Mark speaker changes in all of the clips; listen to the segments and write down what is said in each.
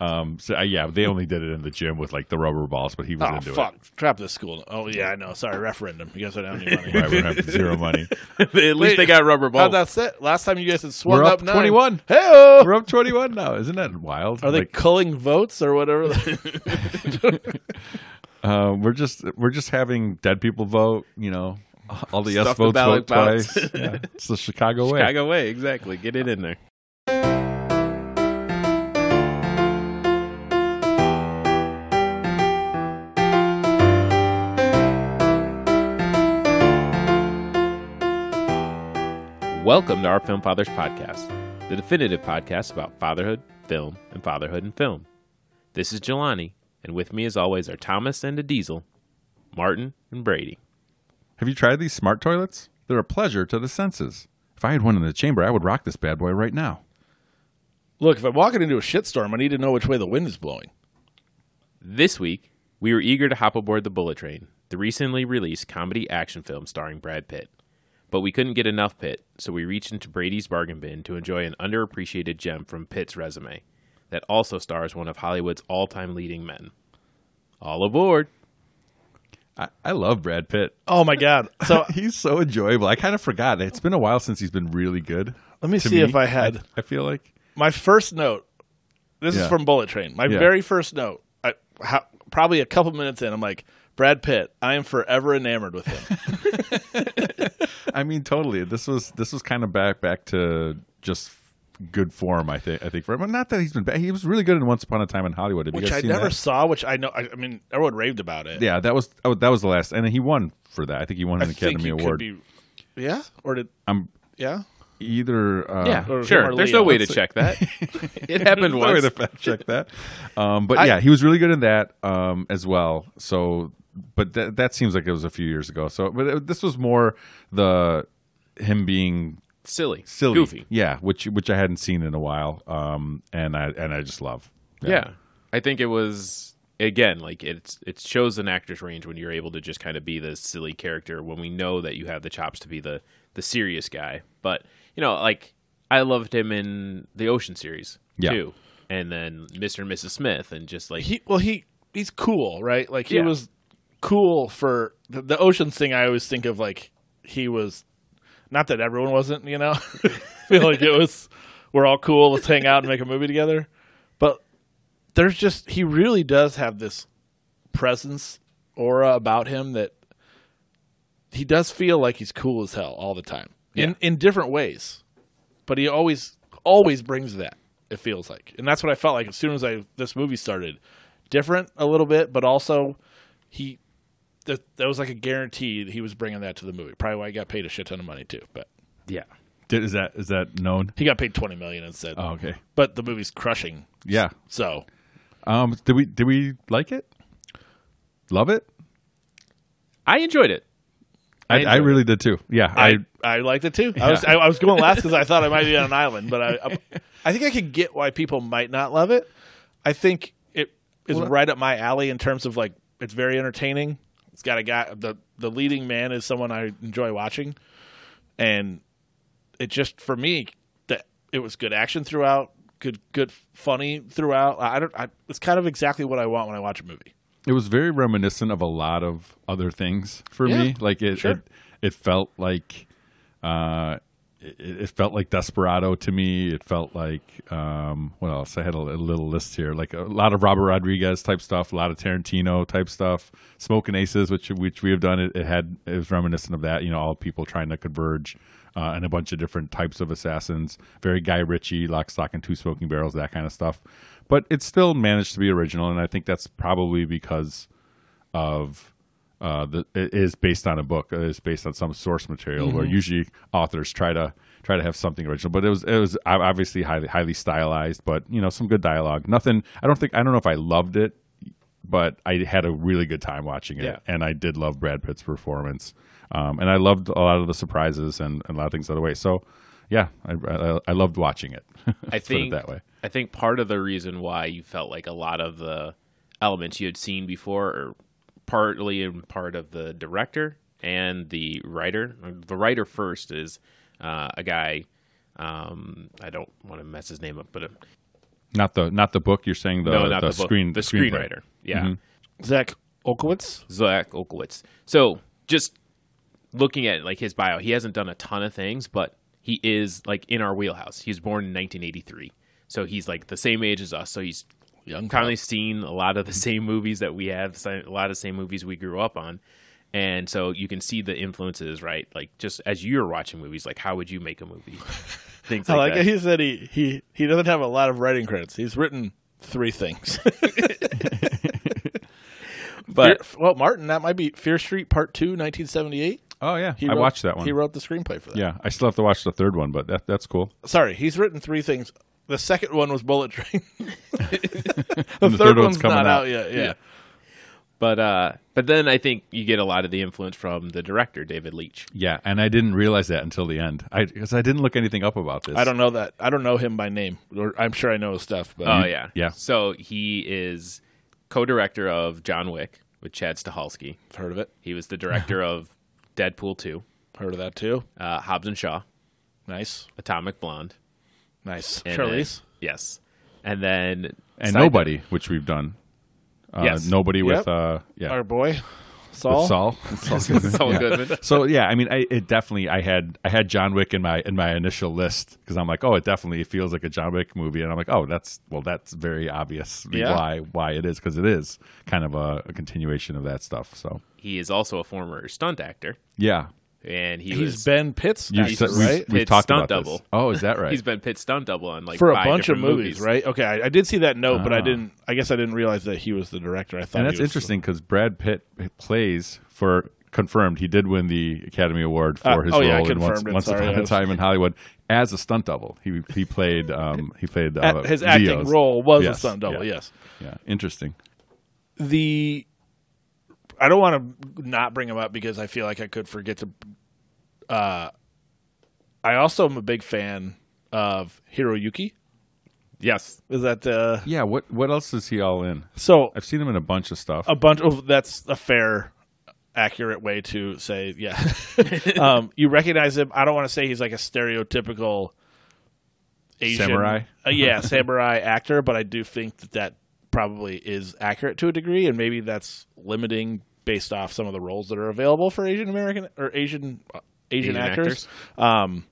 Speaker 1: Um, so uh, yeah, they only did it in the gym with like the rubber balls, but he was
Speaker 2: Oh
Speaker 1: into
Speaker 2: fuck! Trap this school. Oh yeah, I know. Sorry, referendum. You guys don't have any money.
Speaker 1: it. Right, we have zero money.
Speaker 3: At least
Speaker 2: Wait,
Speaker 3: they got rubber
Speaker 2: How'd
Speaker 3: balls.
Speaker 2: that set? Last time you guys had swung
Speaker 1: We're up
Speaker 2: nine.
Speaker 1: 21.
Speaker 2: Hey,
Speaker 1: We're up twenty-one now. Isn't that wild?
Speaker 2: are they
Speaker 1: Like,
Speaker 2: culling votes or whatever?
Speaker 1: uh, we're just we're just having dead people vote. You know, all the yes
Speaker 3: Stuff the
Speaker 1: votes vote
Speaker 3: ballot box.
Speaker 1: twice. Yeah, it's the Chicago, way.
Speaker 3: Chicago way, exactly. Get it in there. Welcome to our Film Fathers podcast, the definitive podcast about fatherhood, film, and fatherhood and film. This is Jelani, and with me, as always, are Thomas and a Diesel, Martin and Brady.
Speaker 1: Have you tried these smart toilets? They're a pleasure to the senses. If I had one in the chamber, I would rock this bad boy right now.
Speaker 2: Look, if I'm walking into a shitstorm, I need to know which way the wind is blowing.
Speaker 3: This week, we were eager to hop aboard the Bullet Train, the recently released comedy action film starring Brad Pitt. But we couldn't get enough Pitt, so we reached into Brady's bargain bin to enjoy an underappreciated gem from Pitt's resume that also stars one of Hollywood's all time leading men. All aboard!
Speaker 1: I, I love Brad Pitt.
Speaker 2: Oh my god! So
Speaker 1: He's so enjoyable. I kind of forgot. It's been a while since he's been really good.
Speaker 2: Let me
Speaker 1: to
Speaker 2: see if I had-
Speaker 1: I, I feel like
Speaker 2: my first note. This is
Speaker 1: Yeah.
Speaker 2: from Bullet Train. My
Speaker 1: Yeah.
Speaker 2: very first note. I, how, probably a couple minutes in, I'm like, Brad Pitt. I am forever enamored with him.
Speaker 1: I mean, totally. This was this was kind of back back to just good form. I think I think for him. Well, Not that he's been bad. He was really good in Once Upon a Time in Hollywood. Have you
Speaker 2: which
Speaker 1: guys
Speaker 2: I
Speaker 1: seen
Speaker 2: never
Speaker 1: that?
Speaker 2: saw. Which I know. I, I mean, everyone raved about it.
Speaker 1: Yeah, that was oh, that was the last, and he won for that. I think he won
Speaker 2: I
Speaker 1: an Academy
Speaker 2: think he
Speaker 1: Award.
Speaker 2: Could be, yeah, or did
Speaker 1: I'm
Speaker 2: yeah?
Speaker 1: either uh,
Speaker 3: yeah,
Speaker 2: or him
Speaker 3: sure.
Speaker 2: or
Speaker 3: There's
Speaker 2: Leo.
Speaker 3: no way to check that. it happened
Speaker 1: Sorry
Speaker 3: once.
Speaker 1: to fact check that. Um, but
Speaker 2: I-
Speaker 1: yeah, he was really good in that um, as well. So, but that that seems like it was a few years ago. So, but it, this was more the him being
Speaker 3: Silly.
Speaker 1: silly,
Speaker 3: Goofy.
Speaker 1: yeah, which which I hadn't seen in a while, um, and I and I just love.
Speaker 3: Yeah. I think it was again like it's it shows an actor's range when you're able to just kind of be the silly character when we know that you have the chops to be the the serious guy. But you know, like I loved him in the Ocean series
Speaker 1: Yeah.
Speaker 3: too. And then Mr. and Mrs. Smith and just like
Speaker 2: He well, he he's cool, right? Like he
Speaker 3: Yeah.
Speaker 2: was cool for the, the oceans thing. I always think of like he was. Not that everyone wasn't, you know. I feel like it was. We're all cool. Let's hang out and make a movie together. But there's just he really does have this presence aura about him that he does feel like he's cool as hell all the time in in different ways but he always always brings that it feels like and that's what i felt like as soon as i this movie started different a little bit but also he that, that was like a guarantee that he was bringing that to the movie probably why he got paid a shit ton of money too but
Speaker 3: yeah.
Speaker 1: Did, is that is that known?
Speaker 2: he got paid 20 million instead
Speaker 1: Oh, okay.
Speaker 2: but the movie's crushing
Speaker 1: Yeah.
Speaker 2: so
Speaker 1: Um, did we did we like it? Love it.
Speaker 3: I enjoyed it.
Speaker 1: I, I
Speaker 3: enjoyed
Speaker 1: really did too. Yeah, I,
Speaker 2: I, I liked it too. I was I, I was going last because I thought I might be on an island, but I, I think I could get why people might not love it. I think it is right up my alley in terms of like it's very entertaining. It's got a guy the the leading man is someone I enjoy watching, and it just for me that it was good action throughout, good good funny throughout. I I don't. I, it's kind of exactly what I want when I watch a movie.
Speaker 1: it was very reminiscent of a lot of other things for
Speaker 2: Yeah,
Speaker 1: me. Like it,
Speaker 2: sure.
Speaker 1: it, it felt like, uh, it, it felt like Desperado to me. It felt like, um, what else? I had a, li- little list here, like a lot of Robert Rodriguez type stuff, a lot of Tarantino type stuff, Smoke and Aces, which which we have done. It, it had it was reminiscent of that. You know, all people trying to converge. Uh, and a bunch of different types of assassins, very Guy Ritchie, lock, stock, and two smoking barrels, that kind of stuff. But it still managed to be original, and I think that's probably because of uh, the it is based on a book. It is based on some source material where
Speaker 3: Mm-hmm.
Speaker 1: usually authors try to try to have something original. But it was it was ob- obviously highly highly stylized, but you know some good dialogue. Nothing. I don't think I don't know if I loved it, but I had a really good time watching it,
Speaker 3: Yeah.
Speaker 1: and I did love Brad Pitt's performance, um, and I loved a lot of the surprises and, and a lot of things the other way. So. Yeah, I, I, I loved watching it.
Speaker 3: I
Speaker 1: Let's put it
Speaker 3: think
Speaker 1: that way.
Speaker 3: I think part of the reason why you felt like a lot of the elements you had seen before, or partly in part of the director and the writer. The writer first is uh, a guy. Um, I don't want to mess his name up, but uh,
Speaker 1: Not the not the book. You're saying the
Speaker 3: no, not the, book.
Speaker 1: screen Mm-hmm.
Speaker 3: the
Speaker 1: screenplay.
Speaker 3: screenwriter. Yeah,
Speaker 2: Zach Olkowitz.
Speaker 3: Zach Olkowitz. So just looking at like his bio, he hasn't done a ton of things, but he is like in our wheelhouse. He was born in 1983, so he's like the same age as us. So he's
Speaker 2: Young
Speaker 3: commonly seen a lot of the same movies that we have, si- a lot of the same movies we grew up on. And so you can see the influences, right? Like just as you're watching movies, like how would you make a movie? Things
Speaker 2: I like
Speaker 3: like, that.
Speaker 2: it. He said he, he he doesn't have a lot of writing credits. He's written three things.
Speaker 3: But
Speaker 2: Fear- well, Martin, that might be Fear Street Part Two, 1978.
Speaker 1: Oh yeah,
Speaker 2: He
Speaker 1: I
Speaker 2: wrote-
Speaker 1: watched that one.
Speaker 2: He wrote the screenplay for that.
Speaker 1: yeah, I still have to watch the third one, but that that's cool.
Speaker 2: Sorry, he's written three things. The second one was Bullet Train. the,
Speaker 1: the
Speaker 2: third,
Speaker 1: third one's
Speaker 2: one's,
Speaker 1: coming
Speaker 2: not
Speaker 1: out.
Speaker 2: out yet. Yeah.
Speaker 3: but uh but then I think you get a lot of the influence from the director, David Leitch.
Speaker 1: Yeah, and I didn't realize that until the end. I because I didn't look anything up about this.
Speaker 2: I don't know that. I don't know him by name. Or I'm sure I know his stuff, but
Speaker 3: Oh yeah,
Speaker 1: yeah.
Speaker 3: So he is co-director of John Wick with Chad Stahelski.
Speaker 2: I've heard of it.
Speaker 3: He was the director of Deadpool Two,
Speaker 2: Heard of that too.
Speaker 3: uh, Hobbs and Shaw,
Speaker 2: Nice,
Speaker 3: Atomic Blonde,
Speaker 2: nice.
Speaker 3: and then-
Speaker 2: Charlize.
Speaker 3: yes, and then
Speaker 1: and
Speaker 3: side-
Speaker 1: nobody, which we've done. Uh,
Speaker 3: Yes.
Speaker 1: Nobody with
Speaker 2: Yep.
Speaker 1: uh yeah
Speaker 2: Our boy, Saul.
Speaker 1: with Saul.
Speaker 3: Saul
Speaker 1: Yeah.
Speaker 3: Goodman.
Speaker 1: So yeah, I mean, I, it definitely I had I had John Wick in my in my initial list because I'm like, oh, it definitely feels like a John Wick movie, and I'm like, oh, that's well, that's very obvious
Speaker 2: Yeah.
Speaker 1: why why it is because it is kind of a, a continuation of that stuff. So
Speaker 3: He is also a former stunt actor,
Speaker 1: yeah,
Speaker 3: and he
Speaker 2: He's
Speaker 3: was,
Speaker 2: Ben Pitt's
Speaker 1: You've
Speaker 2: actor,
Speaker 1: said- we've-
Speaker 2: right?
Speaker 1: we've
Speaker 3: It's
Speaker 1: talked
Speaker 3: stunt
Speaker 1: about this.
Speaker 3: double.
Speaker 1: Oh, is that right?
Speaker 3: he's been pit stunt double on like
Speaker 2: for a
Speaker 3: five
Speaker 2: bunch of
Speaker 3: different
Speaker 2: movies, right? Okay, I, I did see that note, but I
Speaker 1: Ah.
Speaker 2: didn't. I guess I didn't realize that he was the director. I thought
Speaker 1: and
Speaker 2: he
Speaker 1: that's
Speaker 2: was-
Speaker 1: interesting because Brad Pitt plays for confirmed he did win the Academy Award for
Speaker 2: Uh,
Speaker 1: his
Speaker 2: oh,
Speaker 1: role
Speaker 2: yeah, I
Speaker 1: in Once,
Speaker 2: confirmed it.
Speaker 1: Once
Speaker 2: Sorry,
Speaker 1: Upon
Speaker 2: I
Speaker 1: a
Speaker 2: was-
Speaker 1: Time in Hollywood as a stunt double. He he played um he played uh,
Speaker 2: At- his acting
Speaker 1: Leo's.
Speaker 2: role was a
Speaker 1: Yes,
Speaker 2: stunt double.
Speaker 1: yeah.
Speaker 2: Yes,
Speaker 1: Yeah, interesting.
Speaker 2: the. I don't want to not bring him up because I feel like I could forget to. Uh, I also am a big fan of Hiroyuki.
Speaker 3: Yes,
Speaker 2: Is that uh,
Speaker 1: Yeah, what what else is he all in?
Speaker 2: so?
Speaker 1: I've seen him in a bunch of stuff.
Speaker 2: a bunch of that's a fair accurate way to say yeah um you recognize him i don't want to say he's like a stereotypical asian
Speaker 1: Samurai?
Speaker 2: uh, yeah samurai actor but i do think that that probably is accurate to a degree and maybe that's limiting based off some of the roles that are available for asian american or asian uh, asian,
Speaker 3: Asian
Speaker 2: actors. um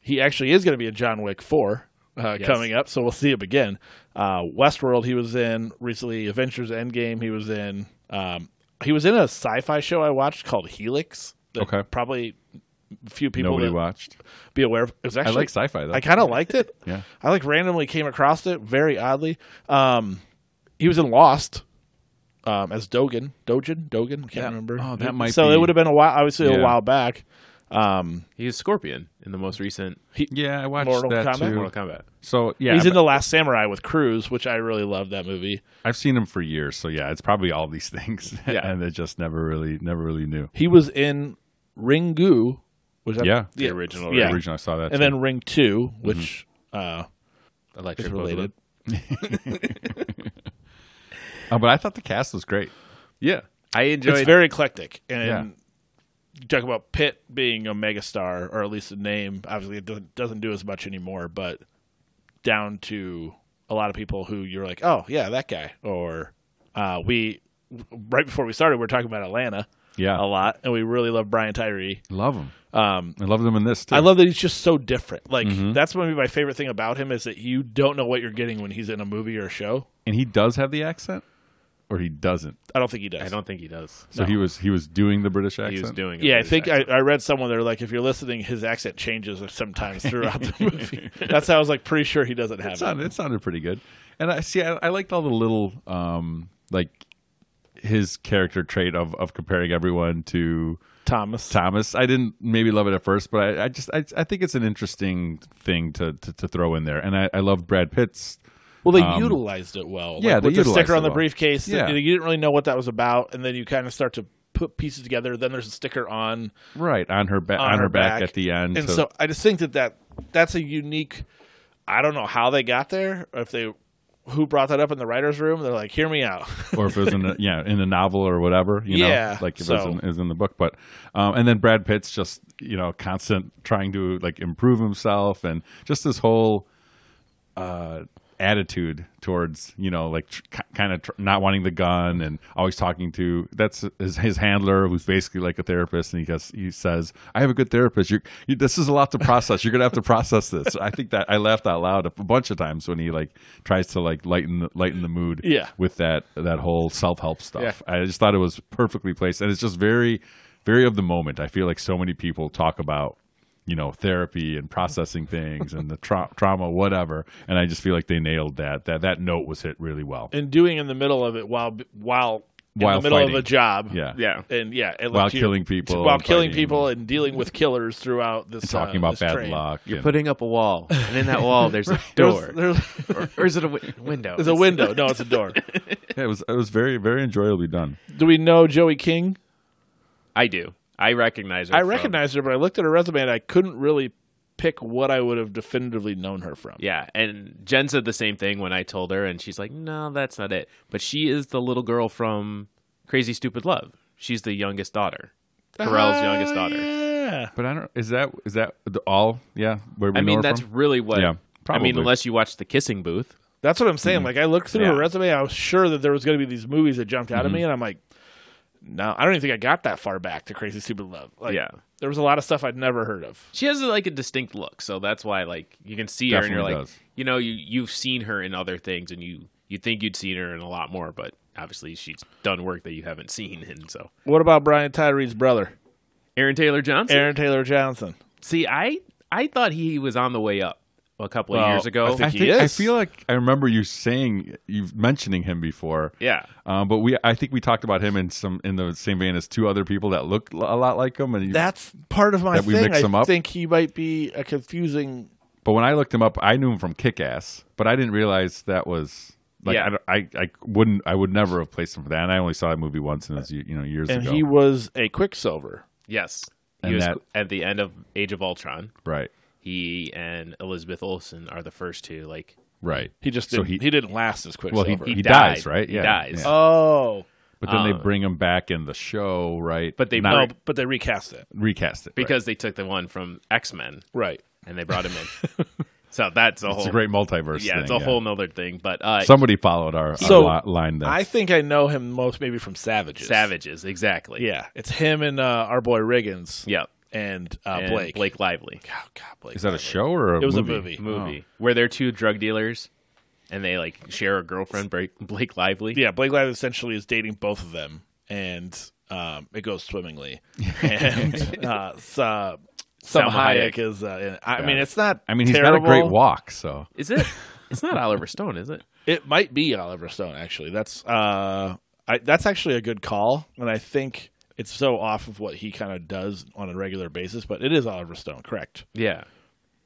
Speaker 2: he actually is going to be in john wick 4 uh,
Speaker 3: Yes.
Speaker 2: coming up so we'll see him again uh westworld he was in recently adventures endgame he was in um he was in a sci-fi show i watched called helix that
Speaker 1: Okay.
Speaker 2: probably few people
Speaker 1: Nobody
Speaker 2: that
Speaker 1: watched.
Speaker 2: be aware of it was actually
Speaker 1: I like sci-fi though.
Speaker 2: I kind of liked it.
Speaker 1: Yeah.
Speaker 2: I like randomly came across it very oddly. Um, he was in Lost um, as Dogan, Dogen, Dogan. I can't remember.
Speaker 1: oh, that might
Speaker 2: So
Speaker 1: be-
Speaker 2: it would have been a while. Obviously,
Speaker 1: Yeah.
Speaker 2: a while back. Um,
Speaker 3: he is Scorpion in the most recent
Speaker 1: yeah, I watched
Speaker 2: Mortal
Speaker 1: that
Speaker 2: Kombat?
Speaker 1: too.
Speaker 3: Mortal Kombat.
Speaker 1: So yeah,
Speaker 2: he's
Speaker 1: I'm-
Speaker 2: in The Last Samurai with Cruz, which I really love that movie.
Speaker 1: I've seen him for years. So yeah, it's probably all these things.
Speaker 3: Yeah.
Speaker 1: and I just never really, never really knew.
Speaker 2: He was in Ringu. Was that
Speaker 1: Yeah. Mm-hmm.
Speaker 2: the
Speaker 3: The original,
Speaker 2: Yeah,
Speaker 3: right?
Speaker 1: Originally, I saw that.
Speaker 2: and
Speaker 1: too.
Speaker 2: then Ring Two, which uh,
Speaker 3: Electric
Speaker 2: is related.
Speaker 3: Boogaloo.
Speaker 1: Oh, but I thought the cast was great.
Speaker 3: Yeah, I enjoyed.
Speaker 2: It's very eclectic, and
Speaker 1: Yeah.
Speaker 2: you talk about Pitt being a megastar, or at least a name. Obviously, it doesn't doesn't do as much anymore, but down to a lot of people who you're like, oh yeah, that guy. Or uh, we right before we started, we were talking about Atlanta
Speaker 1: Yeah,
Speaker 2: a lot, and we really love Brian Tyree.
Speaker 1: love him.
Speaker 2: Um,
Speaker 1: I love them in this too.
Speaker 2: I love that he's just so different. Like
Speaker 1: Mm-hmm.
Speaker 2: that's maybe my favorite thing about him is that you don't know what you're getting when he's in a movie or a show.
Speaker 1: and he does have the accent, or he doesn't.
Speaker 2: I don't think he does.
Speaker 3: I don't think he does.
Speaker 1: So he was he was doing the British accent.
Speaker 3: He was doing. a
Speaker 2: Yeah, I
Speaker 3: British
Speaker 2: think
Speaker 3: accent.
Speaker 2: I, I read somewhere they're like, if you're listening, his accent changes sometimes throughout the movie. That's how I was like pretty sure he doesn't have
Speaker 1: It
Speaker 2: it.
Speaker 1: sounded, it sounded pretty good. And I see, I, I liked all the little, um, like his character trait of, of comparing everyone to
Speaker 2: Thomas.
Speaker 1: Thomas. I didn't maybe love it at first, but I, I just, I, I think it's an interesting thing to, to, to throw in there. And I, I love Brad Pitt's.
Speaker 2: Well, they
Speaker 1: Um,
Speaker 2: utilized it well.
Speaker 1: yeah,
Speaker 2: like,
Speaker 1: they
Speaker 2: with the
Speaker 1: utilized
Speaker 2: sticker
Speaker 1: it
Speaker 2: on the
Speaker 1: well.
Speaker 2: briefcase.
Speaker 1: Yeah.
Speaker 2: You, know, you didn't really know what that was about, and then you kind of start to put pieces together. Then there's a sticker on,
Speaker 1: Right on her back,
Speaker 2: on,
Speaker 1: on, her back, at the end.
Speaker 2: And
Speaker 1: so-
Speaker 2: so, I just think that, that that's a unique. I don't know how they got there, or if they who brought that up in the writers' room. They're like, hear me out.
Speaker 1: or if it was in a, yeah in a novel or whatever you
Speaker 2: Yeah,
Speaker 1: know like if it,
Speaker 2: so-
Speaker 1: was in, it was in the book but um, and then brad pitt's just you know constant trying to like improve himself and just this whole uh attitude towards you know like tr- kind of tr- not wanting the gun and always talking to that's his, his handler who's basically like a therapist and he goes he says i have a good therapist You're, you this is a lot to process you're gonna have to process this i think that i laughed out loud a bunch of times when he like tries to like lighten the, lighten the mood
Speaker 2: Yeah.
Speaker 1: with that that whole self-help stuff
Speaker 2: Yeah.
Speaker 1: i just thought it was perfectly placed and it's just very very of the moment i feel like so many people talk about you know therapy and processing things and the tra- trauma whatever and i just feel like they nailed that that that note was hit really well
Speaker 2: and doing in the middle of it while while in
Speaker 1: While
Speaker 2: the middle
Speaker 1: fighting.
Speaker 2: of a job.
Speaker 1: yeah
Speaker 3: Yeah.
Speaker 2: and yeah, and
Speaker 1: While
Speaker 2: like you-
Speaker 1: killing people
Speaker 2: while
Speaker 1: and
Speaker 2: killing
Speaker 1: fighting.
Speaker 2: people, and dealing with killers throughout this.
Speaker 1: talking
Speaker 2: uh,
Speaker 1: about
Speaker 2: this
Speaker 1: bad
Speaker 2: train.
Speaker 1: luck
Speaker 3: You're
Speaker 1: and-
Speaker 3: putting up a wall, and in that wall there's a door,
Speaker 2: There's, there's,
Speaker 3: or, or is it a wi- window?
Speaker 2: there's a
Speaker 3: It's-
Speaker 2: window. No, it's a door.
Speaker 1: yeah, it was it was very very enjoyably done
Speaker 2: Do we know Joey King?
Speaker 3: I do. I recognize. Her
Speaker 2: I
Speaker 3: from-
Speaker 2: recognized her, but I looked at her resume and I couldn't really pick what I would have definitively known her from.
Speaker 3: Yeah, and Jen said the same thing when I told her, and she's like, "No, that's not it." But she is the little girl from Crazy Stupid Love. She's the youngest daughter, Carell's
Speaker 1: Uh-huh.
Speaker 2: Ah,
Speaker 3: youngest daughter.
Speaker 2: Yeah.
Speaker 1: but i don't is that is that the- all yeah where we
Speaker 3: I
Speaker 1: know
Speaker 3: mean,
Speaker 1: her
Speaker 3: that's
Speaker 1: from?
Speaker 3: really what.
Speaker 1: Yeah,
Speaker 3: I mean,
Speaker 1: probably.
Speaker 3: unless you watch the Kissing Booth.
Speaker 2: That's what I'm saying. Like I looked through her
Speaker 3: Yeah.
Speaker 2: resume, I was sure that there was going to be these movies that jumped out of me, and I'm like, no, I don't even think I got that far back to Crazy Stupid Love. Like,
Speaker 3: Yeah.
Speaker 2: there was a lot of stuff I'd never heard of.
Speaker 3: She has like a distinct look, so that's why like you can see her, and
Speaker 1: Definitely
Speaker 3: you're like,
Speaker 1: does.
Speaker 3: you know, you you've seen her in other things, and you you think you'd seen her in a lot more, but obviously she's done work that you haven't seen, and so
Speaker 2: What about Brian Tyree's brother,
Speaker 3: Aaron Taylor Johnson.
Speaker 2: Aaron Taylor Johnson?
Speaker 3: See, I I thought he was on the way up a couple of
Speaker 2: Well,
Speaker 3: years ago.
Speaker 2: I think
Speaker 1: I,
Speaker 2: he
Speaker 1: think, I
Speaker 2: is.
Speaker 1: feel like I remember you saying you mentioning him before.
Speaker 3: yeah.
Speaker 1: Um, but we, I think we talked about him in some in the same vein as two other people that looked l- a lot like him. And you-
Speaker 2: That's part of my
Speaker 1: That we
Speaker 2: thing.
Speaker 1: mix them
Speaker 2: I
Speaker 1: up?
Speaker 2: think he might be a confusing.
Speaker 1: but when I looked him up, I knew him from Kick Ass, but I didn't realize that was like
Speaker 3: Yeah.
Speaker 1: I don't- I, I, wouldn't I would never have placed him for that. And I only saw that movie once, and it was
Speaker 3: Uh,
Speaker 1: you you know years
Speaker 2: And
Speaker 1: ago.
Speaker 2: he was a Quicksilver.
Speaker 3: Yes. He
Speaker 1: And
Speaker 3: was
Speaker 1: that-
Speaker 3: at the end of Age of Ultron.
Speaker 1: right,
Speaker 3: He and Elizabeth Olsen are the first two. Like
Speaker 1: right.
Speaker 2: He just
Speaker 1: So
Speaker 2: didn't, he,
Speaker 1: he-
Speaker 2: didn't last as
Speaker 1: Well,
Speaker 2: Quicksilver.
Speaker 1: he,
Speaker 3: He
Speaker 1: he dies,
Speaker 3: died.
Speaker 1: right?
Speaker 3: He
Speaker 1: yeah,
Speaker 3: dies.
Speaker 1: yeah.
Speaker 2: oh,
Speaker 1: But then
Speaker 3: Uh,
Speaker 1: they bring him back in the show, right?
Speaker 3: But they
Speaker 1: Not
Speaker 2: no, but they recast it.
Speaker 1: recast it right.
Speaker 3: because they took the one from X Men
Speaker 2: Right.
Speaker 3: and they brought him in. so that's a whole
Speaker 1: it's a great multiverse.
Speaker 3: yeah,
Speaker 1: thing,
Speaker 3: it's a whole nother thing. But uh
Speaker 1: Somebody followed our, our
Speaker 2: So,
Speaker 1: li- line there.
Speaker 2: I think I know him most maybe from Savages.
Speaker 3: Savages, exactly.
Speaker 2: Yeah, it's him and uh, our boy Riggins
Speaker 3: Yep.
Speaker 2: and, uh,
Speaker 3: And
Speaker 2: Blake.
Speaker 3: Blake Lively.
Speaker 2: Oh, God, Blake.
Speaker 1: Is that a
Speaker 2: Lively.
Speaker 1: show or a
Speaker 2: It was
Speaker 1: movie?
Speaker 2: a movie.
Speaker 3: Movie. Where they're two drug dealers and they like share a girlfriend, Bra- Blake Lively.
Speaker 2: Yeah, Blake Lively essentially is dating both of them, and um, it goes swimmingly. and uh, s- uh, Salma
Speaker 3: Hayek.
Speaker 2: Hayek, is. Uh, in- I
Speaker 1: Yeah.
Speaker 2: mean, it's not.
Speaker 1: I mean, he's
Speaker 2: terrible.
Speaker 1: got a great walk, so
Speaker 3: Is it it's not Oliver Stone, is it?
Speaker 2: It might be Oliver Stone actually. That's uh, I, that's actually a good call, and I think it's so off of what he kind of does on a regular basis. But it is Oliver Stone, correct?
Speaker 3: Yeah.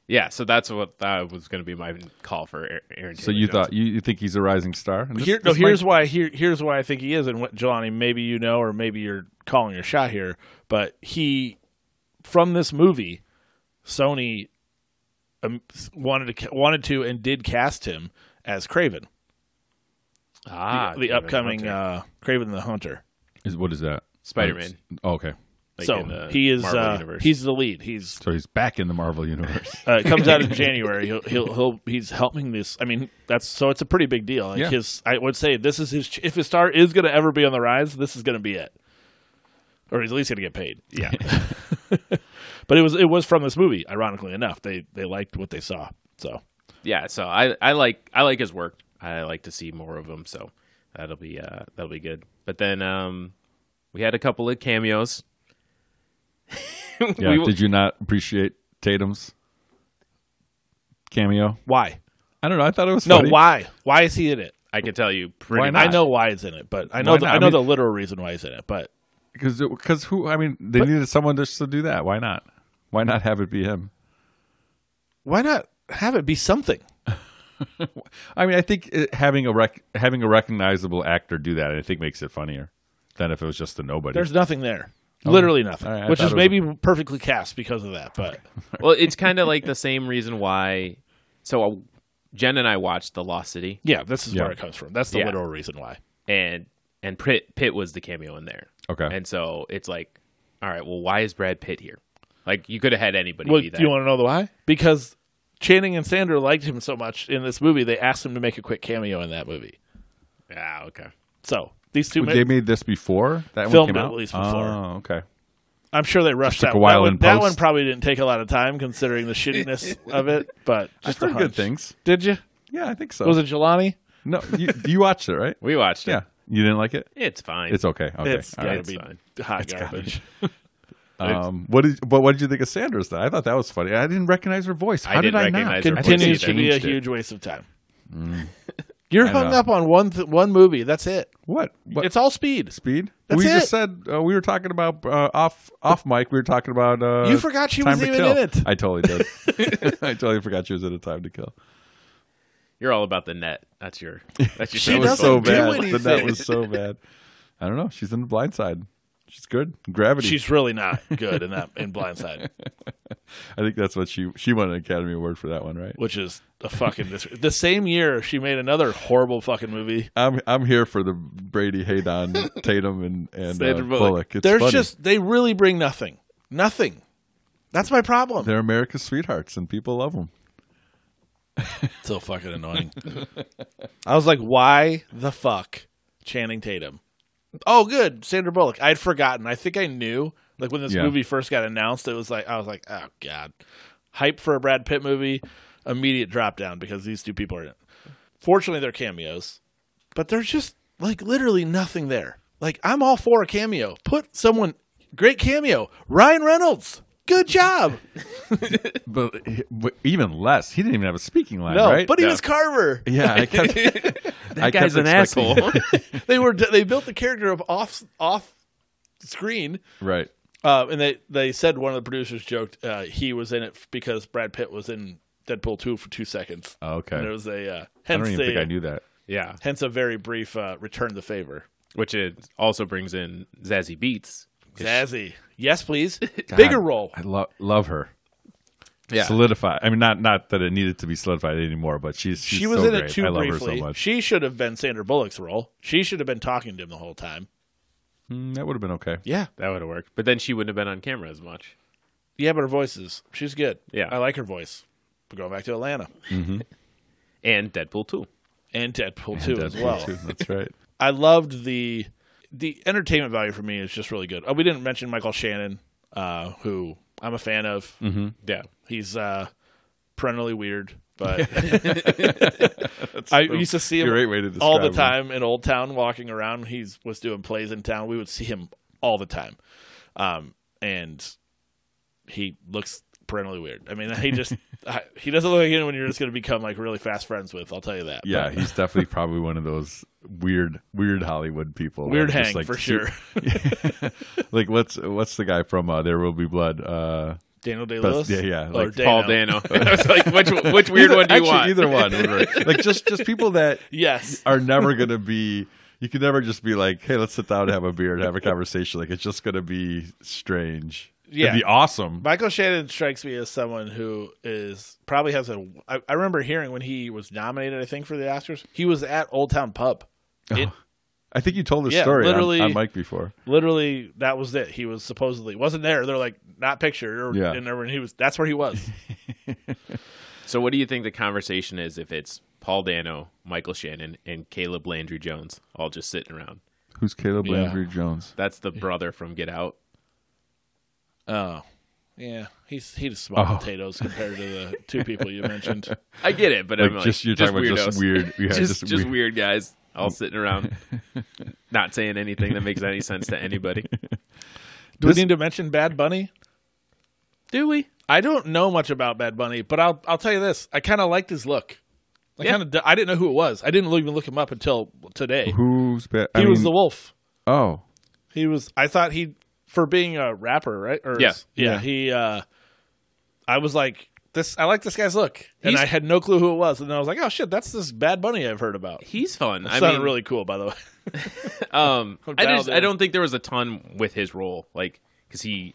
Speaker 3: Yeah, so that's what that was going to be my call for Aaron. Taylor
Speaker 1: So you
Speaker 3: Johnson.
Speaker 1: thought you, you think he's a rising star? And this-
Speaker 2: Here, no,
Speaker 1: this
Speaker 2: here's
Speaker 1: might-
Speaker 2: why. Here, here's why I think he is, and what Jelani, maybe you know, or maybe you're calling your shot here, but he, from this movie, Sony um, s- wanted to ca- wanted to and did cast him as Craven, the,
Speaker 3: ah,
Speaker 2: the upcoming uh, Craven the Hunter.
Speaker 1: is, what is that?
Speaker 3: Spider-Man.
Speaker 1: Oh, okay,
Speaker 2: so he is
Speaker 3: Marvel
Speaker 2: uh,
Speaker 3: universe.
Speaker 2: he's the lead. He's
Speaker 1: so he's back in the Marvel universe.
Speaker 2: uh, it comes out in January. He'll, he'll he'll he's helping this. I mean, that's so it's a pretty big deal. Like
Speaker 1: Yeah.
Speaker 2: his, I would say this is his. ch- If his star is going to ever be on the rise, this is going to be it, or he's at least going to get paid.
Speaker 3: yeah.
Speaker 2: But it was it was from this movie. Ironically enough, they they liked what they saw. So
Speaker 3: yeah, so I, I like I like his work. I like to see more of him, so that'll be uh that'll be good. But then um we had a couple of cameos.
Speaker 1: Yeah.
Speaker 3: We-
Speaker 1: Did you not appreciate Tatum's cameo?
Speaker 2: why?
Speaker 1: I don't know. I thought it was
Speaker 2: No,
Speaker 1: funny.
Speaker 2: why? Why is he in it?
Speaker 3: I can tell you pretty
Speaker 1: Why
Speaker 3: much.
Speaker 1: not?
Speaker 2: I know why he's in it, but I know
Speaker 1: Why
Speaker 2: the,
Speaker 1: not?
Speaker 2: I
Speaker 1: I
Speaker 2: know
Speaker 1: mean-
Speaker 2: the literal reason why he's in it. But
Speaker 1: Because because who? I mean, they needed someone just to do that. Why not? Why not have it be him?
Speaker 2: why not have it be something?
Speaker 1: I mean, I think it, having a rec- having a recognizable actor do that, I think makes it funnier than if it was just a nobody.
Speaker 2: There's nothing there. Literally nothing,
Speaker 1: All right, I
Speaker 2: which
Speaker 1: thought
Speaker 2: is
Speaker 1: it was-
Speaker 2: maybe perfectly cast because of that. But
Speaker 3: Well, it's kind of like the same reason why so uh, Jen and I watched The Lost City
Speaker 2: yeah, this is
Speaker 1: Yeah.
Speaker 2: where it comes from. That's the
Speaker 3: Yeah.
Speaker 2: literal reason why.
Speaker 3: and and Pitt, Pitt was the cameo in there.
Speaker 1: okay.
Speaker 3: And so it's like, all right, well, why is Brad Pitt here? Like, you could have had anybody
Speaker 2: Well,
Speaker 3: be that.
Speaker 2: do you want to know the why? Because Channing and Sandra liked him so much in this movie, they asked him to make a quick cameo in that movie.
Speaker 3: Ah, okay.
Speaker 2: So these two, ma-
Speaker 1: they made this before that one
Speaker 2: Filmed it
Speaker 1: came
Speaker 2: at
Speaker 1: out.
Speaker 2: least before.
Speaker 1: Oh, okay.
Speaker 2: I'm sure they rushed
Speaker 1: took
Speaker 2: that.
Speaker 1: a while
Speaker 2: that, one,
Speaker 1: in
Speaker 2: that
Speaker 1: post.
Speaker 2: one probably didn't take a lot of time considering the shittiness of it, but
Speaker 1: Just
Speaker 2: just a
Speaker 1: heard good Oh.
Speaker 2: hunch.
Speaker 1: things.
Speaker 2: Did you?
Speaker 1: Yeah, I think so.
Speaker 2: Was it Jelani?
Speaker 1: No, you, you watched it, right?
Speaker 3: We watched it.
Speaker 1: Yeah, you didn't like it.
Speaker 3: It's fine.
Speaker 1: It's okay. Okay,
Speaker 2: It's
Speaker 1: all
Speaker 2: gotta
Speaker 1: right.
Speaker 2: be
Speaker 3: fine.
Speaker 2: hot
Speaker 1: gotta
Speaker 2: garbage.
Speaker 1: Um, what did? But what did you think of Sandra's? Though I thought that was funny. I didn't recognize her voice.
Speaker 3: I
Speaker 1: How
Speaker 3: didn't
Speaker 1: did I not?
Speaker 3: recognize her voice
Speaker 2: continues to be a
Speaker 1: Changed it. Mm.
Speaker 2: huge waste of time. You're
Speaker 1: I
Speaker 2: hung
Speaker 1: know.
Speaker 2: up on one th- one movie. That's it.
Speaker 1: What? What
Speaker 2: It's all speed.
Speaker 1: speed?
Speaker 2: That's
Speaker 1: we
Speaker 2: it.
Speaker 1: just said uh, we were talking about uh, off off mic. We were talking about uh,
Speaker 2: You forgot she
Speaker 1: Time
Speaker 2: was
Speaker 1: to
Speaker 2: even
Speaker 1: Kill.
Speaker 2: in it.
Speaker 1: I totally did. I totally forgot she was in a time to kill.
Speaker 3: You're all about the net. That's your. That's your.
Speaker 2: She
Speaker 1: That was so
Speaker 2: doesn't
Speaker 3: favorite part.
Speaker 2: do
Speaker 1: bad. The
Speaker 2: anything.
Speaker 1: net was so bad. I don't know. She's in the blind side. She's good. Gravity.
Speaker 2: She's really not good in that in Blindside,
Speaker 1: I think that's what she she won an Academy Award for that one, right?
Speaker 2: which is a fucking dis- the same year she made another horrible fucking movie.
Speaker 1: I'm I'm here for the Brady Haydon, Tatum, and and uh,
Speaker 3: Sandra Bullock.
Speaker 1: Bullock. It's
Speaker 2: There's
Speaker 1: funny.
Speaker 2: just they really bring nothing. Nothing. That's my problem.
Speaker 1: they're America's sweethearts, and people love them.
Speaker 2: so fucking annoying. I was like, why the fuck Channing Tatum? Oh, good, Sandra Bullock. I'd forgotten. I think I knew. Like when this
Speaker 1: Yeah.
Speaker 2: movie first got announced, it was like I was like, oh god, hype for a Brad Pitt movie, immediate drop down because these two people are in it. Fortunately, they're cameos, but there's just like literally nothing there. Like I'm all for a cameo. Put someone great cameo. Ryan Reynolds, good job.
Speaker 1: But, but even less, he didn't even have a speaking line,
Speaker 2: No,
Speaker 1: right?
Speaker 2: but he
Speaker 3: No.
Speaker 2: was Carver.
Speaker 1: yeah, I kept, that
Speaker 3: That guy's an asshole.
Speaker 2: they were they built the character of off off screen
Speaker 1: right?
Speaker 2: uh, and they they said one of the producers joked uh, he was in it because Brad Pitt was in Deadpool 2 for 2 seconds
Speaker 1: Oh, okay,
Speaker 2: and it was a uh,
Speaker 1: I
Speaker 2: hence
Speaker 1: don't even
Speaker 2: the-
Speaker 1: think I knew that.
Speaker 3: yeah,
Speaker 2: hence a very brief uh, return the favor
Speaker 3: which it also brings in Zazie Beats.
Speaker 2: Zazzy yes please
Speaker 1: God,
Speaker 2: bigger role
Speaker 1: I love love her.
Speaker 3: Yeah.
Speaker 1: Solidify. I mean, not not that it needed to be solidified anymore, but she's, she's
Speaker 2: she was
Speaker 1: so
Speaker 2: in it
Speaker 1: great.
Speaker 2: too
Speaker 1: I love
Speaker 2: briefly
Speaker 1: her so much.
Speaker 2: she should have been Sandra Bullock's role she should have been talking to him the whole time
Speaker 1: Mm, that would have been okay.
Speaker 2: yeah
Speaker 3: That would have worked, but then she wouldn't have been on camera as much.
Speaker 2: yeah but her voice is she's good
Speaker 3: Yeah.
Speaker 2: I like her voice we're going back to Atlanta
Speaker 3: And Deadpool too.
Speaker 2: and Deadpool 2 as
Speaker 1: Deadpool
Speaker 2: well
Speaker 1: too, That's right.
Speaker 2: I loved the the entertainment value for me is just really good. Oh, we didn't mention Michael Shannon, uh, who I'm a fan of.
Speaker 1: Mm-hmm.
Speaker 3: Yeah,
Speaker 2: He's uh, perennially weird, but I used to see him
Speaker 1: Great way to describe
Speaker 2: all the
Speaker 1: him.
Speaker 2: time in Old Town, walking around. He was doing plays in town. We would see him all the time, um, and he looks perennially weird. I mean, he just I, he doesn't look like anyone you're just going to become like really fast friends with. I'll tell you that.
Speaker 1: Yeah,
Speaker 2: But-
Speaker 1: he's definitely probably one of those weird, weird Hollywood people. where
Speaker 2: weird
Speaker 1: it's just
Speaker 2: hang
Speaker 1: like
Speaker 2: for
Speaker 1: su-
Speaker 2: sure.
Speaker 1: like what's what's the guy from uh, There Will Be Blood? Uh,
Speaker 2: Daniel Day
Speaker 1: Best-
Speaker 2: Lewis.
Speaker 1: yeah, yeah,
Speaker 2: Or
Speaker 1: like
Speaker 3: Paul Dano. I was like, which which weird
Speaker 1: either-
Speaker 3: one do you
Speaker 1: actually,
Speaker 3: want?
Speaker 1: Either one. would work. like just just people that
Speaker 2: Yes.
Speaker 1: are never gonna be. You can never just be like, hey, let's sit down and have a beer and have a conversation. Like it's just gonna be strange.
Speaker 2: Yeah.
Speaker 1: It'd be awesome.
Speaker 2: Michael Shannon strikes me as someone who is probably has a. I, I remember hearing when he was nominated, I think, for the Oscars, he was at Old Town Pub. It,
Speaker 1: I think you told this
Speaker 2: Yeah,
Speaker 1: story
Speaker 2: literally-
Speaker 1: on, on Mike before.
Speaker 2: literally, that was it. He was supposedly wasn't there. They're like not pictured, or,
Speaker 1: Yeah.
Speaker 2: and everyone- he was. That's where he was.
Speaker 3: So, what do you think the conversation is if it's Paul Dano, Michael Shannon, and Caleb Landry Jones all just sitting around?
Speaker 1: Who's Caleb
Speaker 2: Yeah.
Speaker 1: Landry Jones?
Speaker 3: That's the brother from Get Out.
Speaker 2: oh, yeah, he's he's small
Speaker 1: Oh.
Speaker 2: potatoes compared to the two people you mentioned.
Speaker 3: I get it, but
Speaker 1: Like,
Speaker 3: I'm like,
Speaker 1: just you're talking
Speaker 3: weirdos.
Speaker 1: about just weird. Yeah,
Speaker 3: just, just
Speaker 1: weird.
Speaker 3: weird. guys all sitting around, not saying anything that makes any sense to anybody.
Speaker 2: Do
Speaker 1: This-
Speaker 2: we need to mention Bad Bunny?
Speaker 3: Do we?
Speaker 2: I don't know much about Bad Bunny, but I'll I'll tell you this. I kind of liked his look. I
Speaker 3: Yeah.
Speaker 2: kind of I didn't know who it was. I didn't even look him up until today.
Speaker 1: Who's bad?
Speaker 2: he was the wolf.
Speaker 1: oh
Speaker 2: He was. I thought he for being a rapper, right? Or
Speaker 3: Yeah.
Speaker 2: yeah.
Speaker 1: Yeah.
Speaker 2: He. uh I was like this. I like this guy's look, and
Speaker 3: He's-
Speaker 2: I had no clue who it was. And then I was like, oh shit, that's this Bad Bunny I've heard about.
Speaker 3: He's fun. I
Speaker 2: sounded
Speaker 3: mean,
Speaker 2: really cool, by the way.
Speaker 3: um, I
Speaker 2: dialed
Speaker 3: just
Speaker 2: in.
Speaker 3: I don't think there was a ton with his role, like because he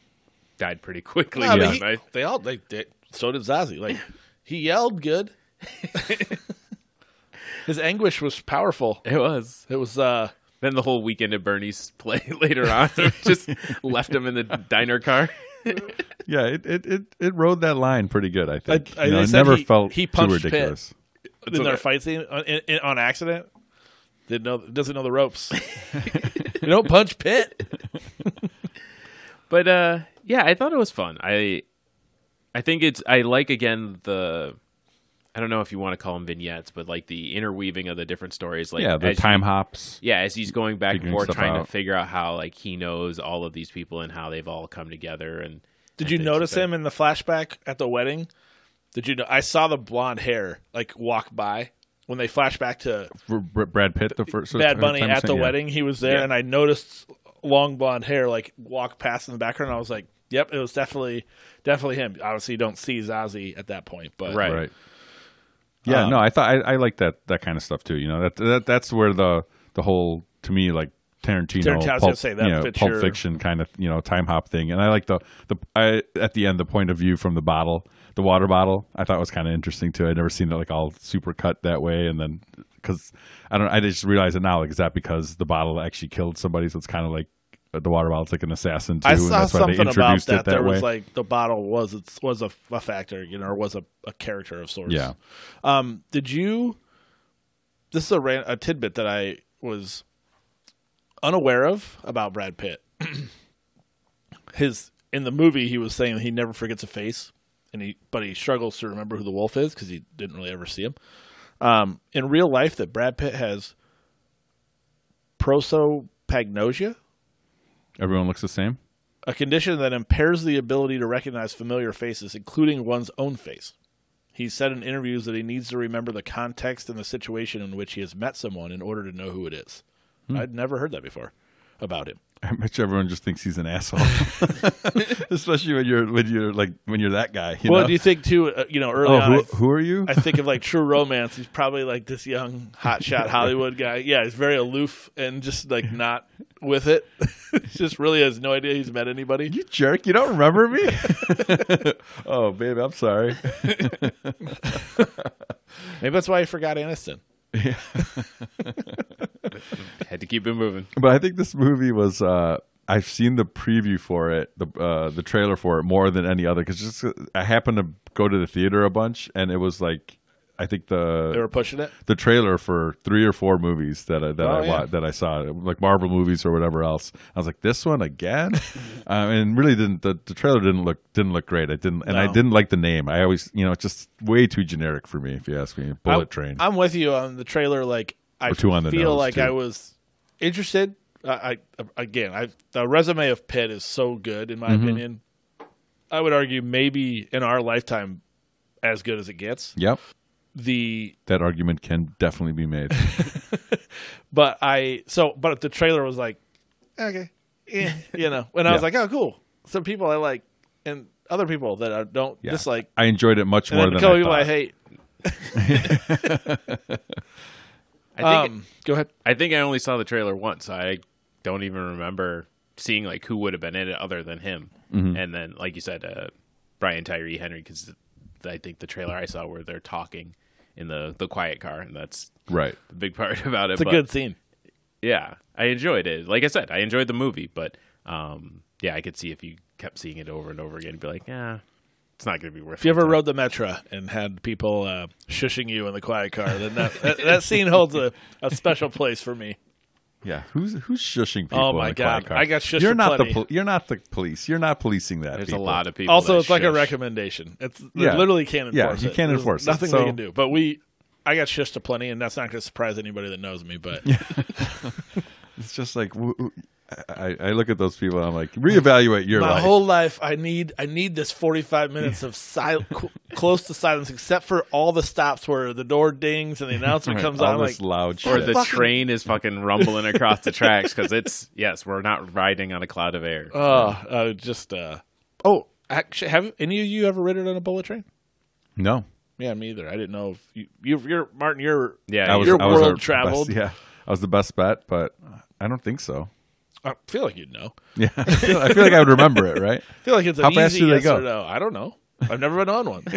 Speaker 3: died pretty quickly.
Speaker 2: No, but
Speaker 3: Yeah.
Speaker 2: he-
Speaker 3: I-
Speaker 2: they all they, they so did Zazie. Like he yelled good. His anguish was powerful.
Speaker 3: it was.
Speaker 2: It was. uh
Speaker 3: Then the whole weekend at Bernie's play later on just left him in the diner car.
Speaker 1: yeah, it, it, it, it rode that line pretty good. I think
Speaker 2: I- I-
Speaker 1: You know,
Speaker 2: they
Speaker 1: it
Speaker 2: said
Speaker 1: never
Speaker 2: he-
Speaker 1: felt
Speaker 2: he
Speaker 1: too
Speaker 2: punched Pitt.
Speaker 1: ridiculous.
Speaker 2: in their fight scene on, in, in- on accident. Didn't know doesn't know the ropes. you don't punch Pitt.
Speaker 3: but uh yeah i thought it was fun i i think it's i like again the i don't know if you want to call them vignettes but like the interweaving of the different stories like
Speaker 1: yeah, the
Speaker 3: as-
Speaker 1: time hops.
Speaker 3: yeah as he's going back and
Speaker 1: Figuring
Speaker 3: forth
Speaker 1: stuff
Speaker 3: trying
Speaker 1: out.
Speaker 3: to figure out how like he knows all of these people and how they've all come together and
Speaker 2: Did
Speaker 3: and
Speaker 2: you
Speaker 3: things like
Speaker 2: notice
Speaker 3: that.
Speaker 2: him in the flashback at the wedding? Did you know? I saw the blonde hair like walk by when they flash back to
Speaker 1: For Br- Brad Pitt, the first
Speaker 2: Bad
Speaker 1: uh,
Speaker 2: Bunny
Speaker 1: time
Speaker 2: at
Speaker 1: saying,
Speaker 2: the
Speaker 1: yeah.
Speaker 2: wedding. He was there,
Speaker 3: Yeah.
Speaker 2: and I noticed long blonde hair like walk past in the background. I was like, "Yep, it was definitely, definitely him." Obviously, you don't see Zazie at that point, but
Speaker 3: Right.
Speaker 1: right. Yeah,
Speaker 2: Um,
Speaker 1: no, I thought I, I like that that kind of stuff too. You know, that that that's where the the whole to me like Tarantino,
Speaker 2: Tarantino, I was gonna
Speaker 1: pulp,
Speaker 2: say that
Speaker 1: you know,
Speaker 2: fits
Speaker 1: pulp
Speaker 2: your-
Speaker 1: fiction kind of you know time hop thing, and I like the the I, at the end the point of view from the bottle, the water bottle. I thought was kind of interesting too. I'd never seen it like all super cut that way, and then because I don't, I just realized it now. Like, is that because the bottle actually killed somebody? So it's kind of like the water bottle's like an assassin too.
Speaker 2: I
Speaker 1: and
Speaker 2: saw
Speaker 1: that's why they
Speaker 2: something about
Speaker 1: introduced
Speaker 2: that.
Speaker 1: it
Speaker 2: there
Speaker 1: that way.
Speaker 2: was like the bottle was it's, was a, a factor, you know, or was a, a character of sorts.
Speaker 1: Yeah.
Speaker 2: Um, did you? This is a, ran, a tidbit that I was unaware of about Brad Pitt. His in the movie, he was saying that he never forgets a face, and he but he struggles to remember who the wolf is because he didn't really ever see him. Um, in real life, that Brad Pitt has prosopagnosia
Speaker 1: Everyone looks the same.
Speaker 2: a condition that impairs the ability to recognize familiar faces, including one's own face. He said in interviews that he needs to remember the context and the situation in which he has met someone in order to know who it is.
Speaker 1: Hmm.
Speaker 2: I'd never heard that before about him.
Speaker 1: I bet you everyone just thinks he's an asshole, especially when you're when you're like when you're that guy. You
Speaker 2: well,
Speaker 1: know?
Speaker 2: do you think too? Uh, you know, early
Speaker 1: oh,
Speaker 2: on,
Speaker 1: who,
Speaker 2: I,
Speaker 1: who are you?
Speaker 2: I think of like True Romance. He's probably like this young hotshot Hollywood guy. Yeah, he's very aloof and just like not with it. He just really has no idea he's met anybody.
Speaker 1: you jerk! You don't remember me? oh, babe, I'm sorry.
Speaker 2: Maybe that's why he forgot Aniston.
Speaker 3: had to keep it moving
Speaker 1: But I think this movie was. Uh, I've seen the preview for it, the uh, the trailer for it more than any other because just uh, I happened to go to the theater a bunch, and it was like I think the
Speaker 2: They were pushing it.
Speaker 1: the trailer for three or four movies that I, that
Speaker 2: Oh,
Speaker 1: I
Speaker 2: yeah.
Speaker 1: wa- that I saw, like Marvel movies or whatever else. I was like, this one again, um, and really didn't. The, the trailer didn't look didn't look great. I didn't, and I
Speaker 2: No.
Speaker 1: didn't like the name. I always, you know, it's just way too generic for me. If you ask me, Bullet
Speaker 2: I'm-
Speaker 1: Train.
Speaker 2: I'm with you on the trailer. Like I
Speaker 1: Or two on the
Speaker 2: feel
Speaker 1: nose,
Speaker 2: like
Speaker 1: too.
Speaker 2: I was interested. I, I again, I the resume of Pitt is so good in my
Speaker 1: Mm-hmm.
Speaker 2: opinion. I would argue maybe in our lifetime as good as it gets.
Speaker 1: yep,
Speaker 2: The
Speaker 1: that argument can definitely be made.
Speaker 2: but I so but the trailer was like okay, eh, you know, and I
Speaker 1: Yeah.
Speaker 2: was like oh cool, some people I like and other people that I don't
Speaker 1: Yeah.
Speaker 2: dislike,
Speaker 1: I enjoyed it much
Speaker 2: and
Speaker 1: more
Speaker 2: then
Speaker 1: than
Speaker 2: a couple
Speaker 1: I
Speaker 2: people I
Speaker 1: thought.
Speaker 2: hate.
Speaker 3: i think
Speaker 2: um, go ahead.
Speaker 3: i think i only saw the trailer once i don't even remember seeing like who would have been in it other than him
Speaker 2: Mm-hmm.
Speaker 3: and then like you said uh brian tyree henry because i think the trailer i saw where they're talking in the the quiet car and that's
Speaker 1: Right.
Speaker 3: the big part about it
Speaker 2: It's a
Speaker 3: but-
Speaker 2: good scene.
Speaker 3: yeah, I enjoyed it. Like I said, I enjoyed the movie, but um, yeah, I could see if you kept seeing it over and over again, be like, yeah, it's not going to be worth.
Speaker 2: If you ever
Speaker 3: my time."
Speaker 2: rode the Metra and had people uh, shushing you in the quiet car, then that, that, that scene holds a, a special place for me.
Speaker 1: Yeah. Who's who's shushing people?
Speaker 2: Oh,
Speaker 1: in
Speaker 2: my
Speaker 1: a quiet
Speaker 2: God.
Speaker 1: car?
Speaker 2: I got shushed
Speaker 1: You're
Speaker 2: to
Speaker 1: not the
Speaker 2: plenty.
Speaker 1: pol- you're not the police. You're not policing that.
Speaker 3: there's
Speaker 1: people.
Speaker 3: a lot of people.
Speaker 2: Also,
Speaker 3: that
Speaker 2: it's like a
Speaker 3: shush.
Speaker 2: recommendation. It's they
Speaker 1: Yeah.
Speaker 2: literally can't
Speaker 1: Yeah,
Speaker 2: enforce
Speaker 1: you
Speaker 2: it.
Speaker 1: can't
Speaker 2: There's
Speaker 1: enforce it.
Speaker 2: nothing
Speaker 1: So-
Speaker 2: we can do. But we, I got shushed to plenty, and that's not going to surprise anybody that knows me. But
Speaker 1: It's just like. W- w- I, I look at those people and I'm like, reevaluate your
Speaker 2: my
Speaker 1: life.
Speaker 2: whole life, I need I need this forty five minutes of sil- cl- close to silence, except for all the stops where the door dings and the announcement
Speaker 1: Right,
Speaker 2: comes
Speaker 1: all
Speaker 2: on. Like,
Speaker 1: this loud
Speaker 3: Or
Speaker 1: shit.
Speaker 3: the
Speaker 2: Fucking-
Speaker 3: train is fucking rumbling across the tracks because it's yes, we're not riding on a cloud of air.
Speaker 2: oh, uh, just uh, oh, actually, have any of you ever ridden on a bullet train?
Speaker 1: no,
Speaker 2: Yeah, me either. I didn't know if you, you you're Martin. You're
Speaker 3: Yeah,
Speaker 1: I was,
Speaker 2: you're
Speaker 1: I was our
Speaker 2: world
Speaker 1: best-
Speaker 2: traveled.
Speaker 1: yeah, I was the best bet, but I don't think so.
Speaker 2: I feel like you'd know.
Speaker 1: Yeah, I feel, I feel like I would remember it, right?
Speaker 2: I feel like it's an
Speaker 1: How
Speaker 2: easy
Speaker 1: fast do they
Speaker 2: yes
Speaker 1: go?
Speaker 2: or no. I don't know. I've never been on one.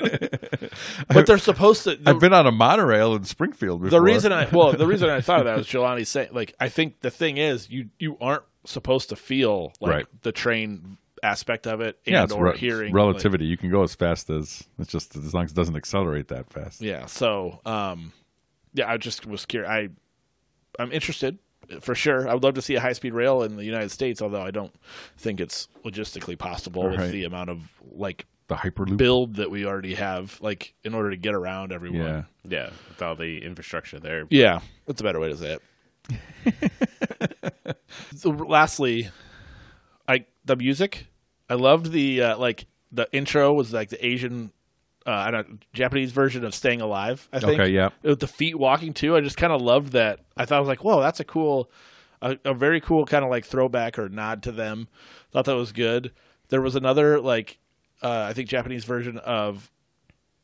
Speaker 2: but they're supposed to. The,
Speaker 1: I've been on a monorail in Springfield before.
Speaker 2: the reason I well, the reason I thought of that was Jelani saying like I think the thing is you you aren't supposed to feel like
Speaker 1: Right.
Speaker 2: the train aspect of it and
Speaker 1: yeah, it's
Speaker 2: or
Speaker 1: re-
Speaker 2: hearing like-
Speaker 1: relativity. you can go as fast as it's just as long as it doesn't accelerate that fast.
Speaker 2: Yeah. So, um, yeah, I just was curious. I, I'm interested for sure. I would love to see a high speed rail in the United States, although I don't think it's logistically possible
Speaker 1: Right.
Speaker 2: with the amount of like
Speaker 1: The hyperloop.
Speaker 2: build that we already have, like in order to get around everyone.
Speaker 1: yeah,
Speaker 3: Yeah, with all the infrastructure there.
Speaker 2: Yeah, that's a better way to say it. so, lastly, I the music. I loved the uh, like the intro was like the Asian, uh, I don't Japanese version of "Staying Alive." I think.
Speaker 1: Okay, yeah.
Speaker 2: With the feet walking too, I just kind of loved that. I thought I was like, "Whoa, that's a cool, a, a very cool kind of like throwback or nod to them." Thought that was good. There was another like, uh, I think Japanese version of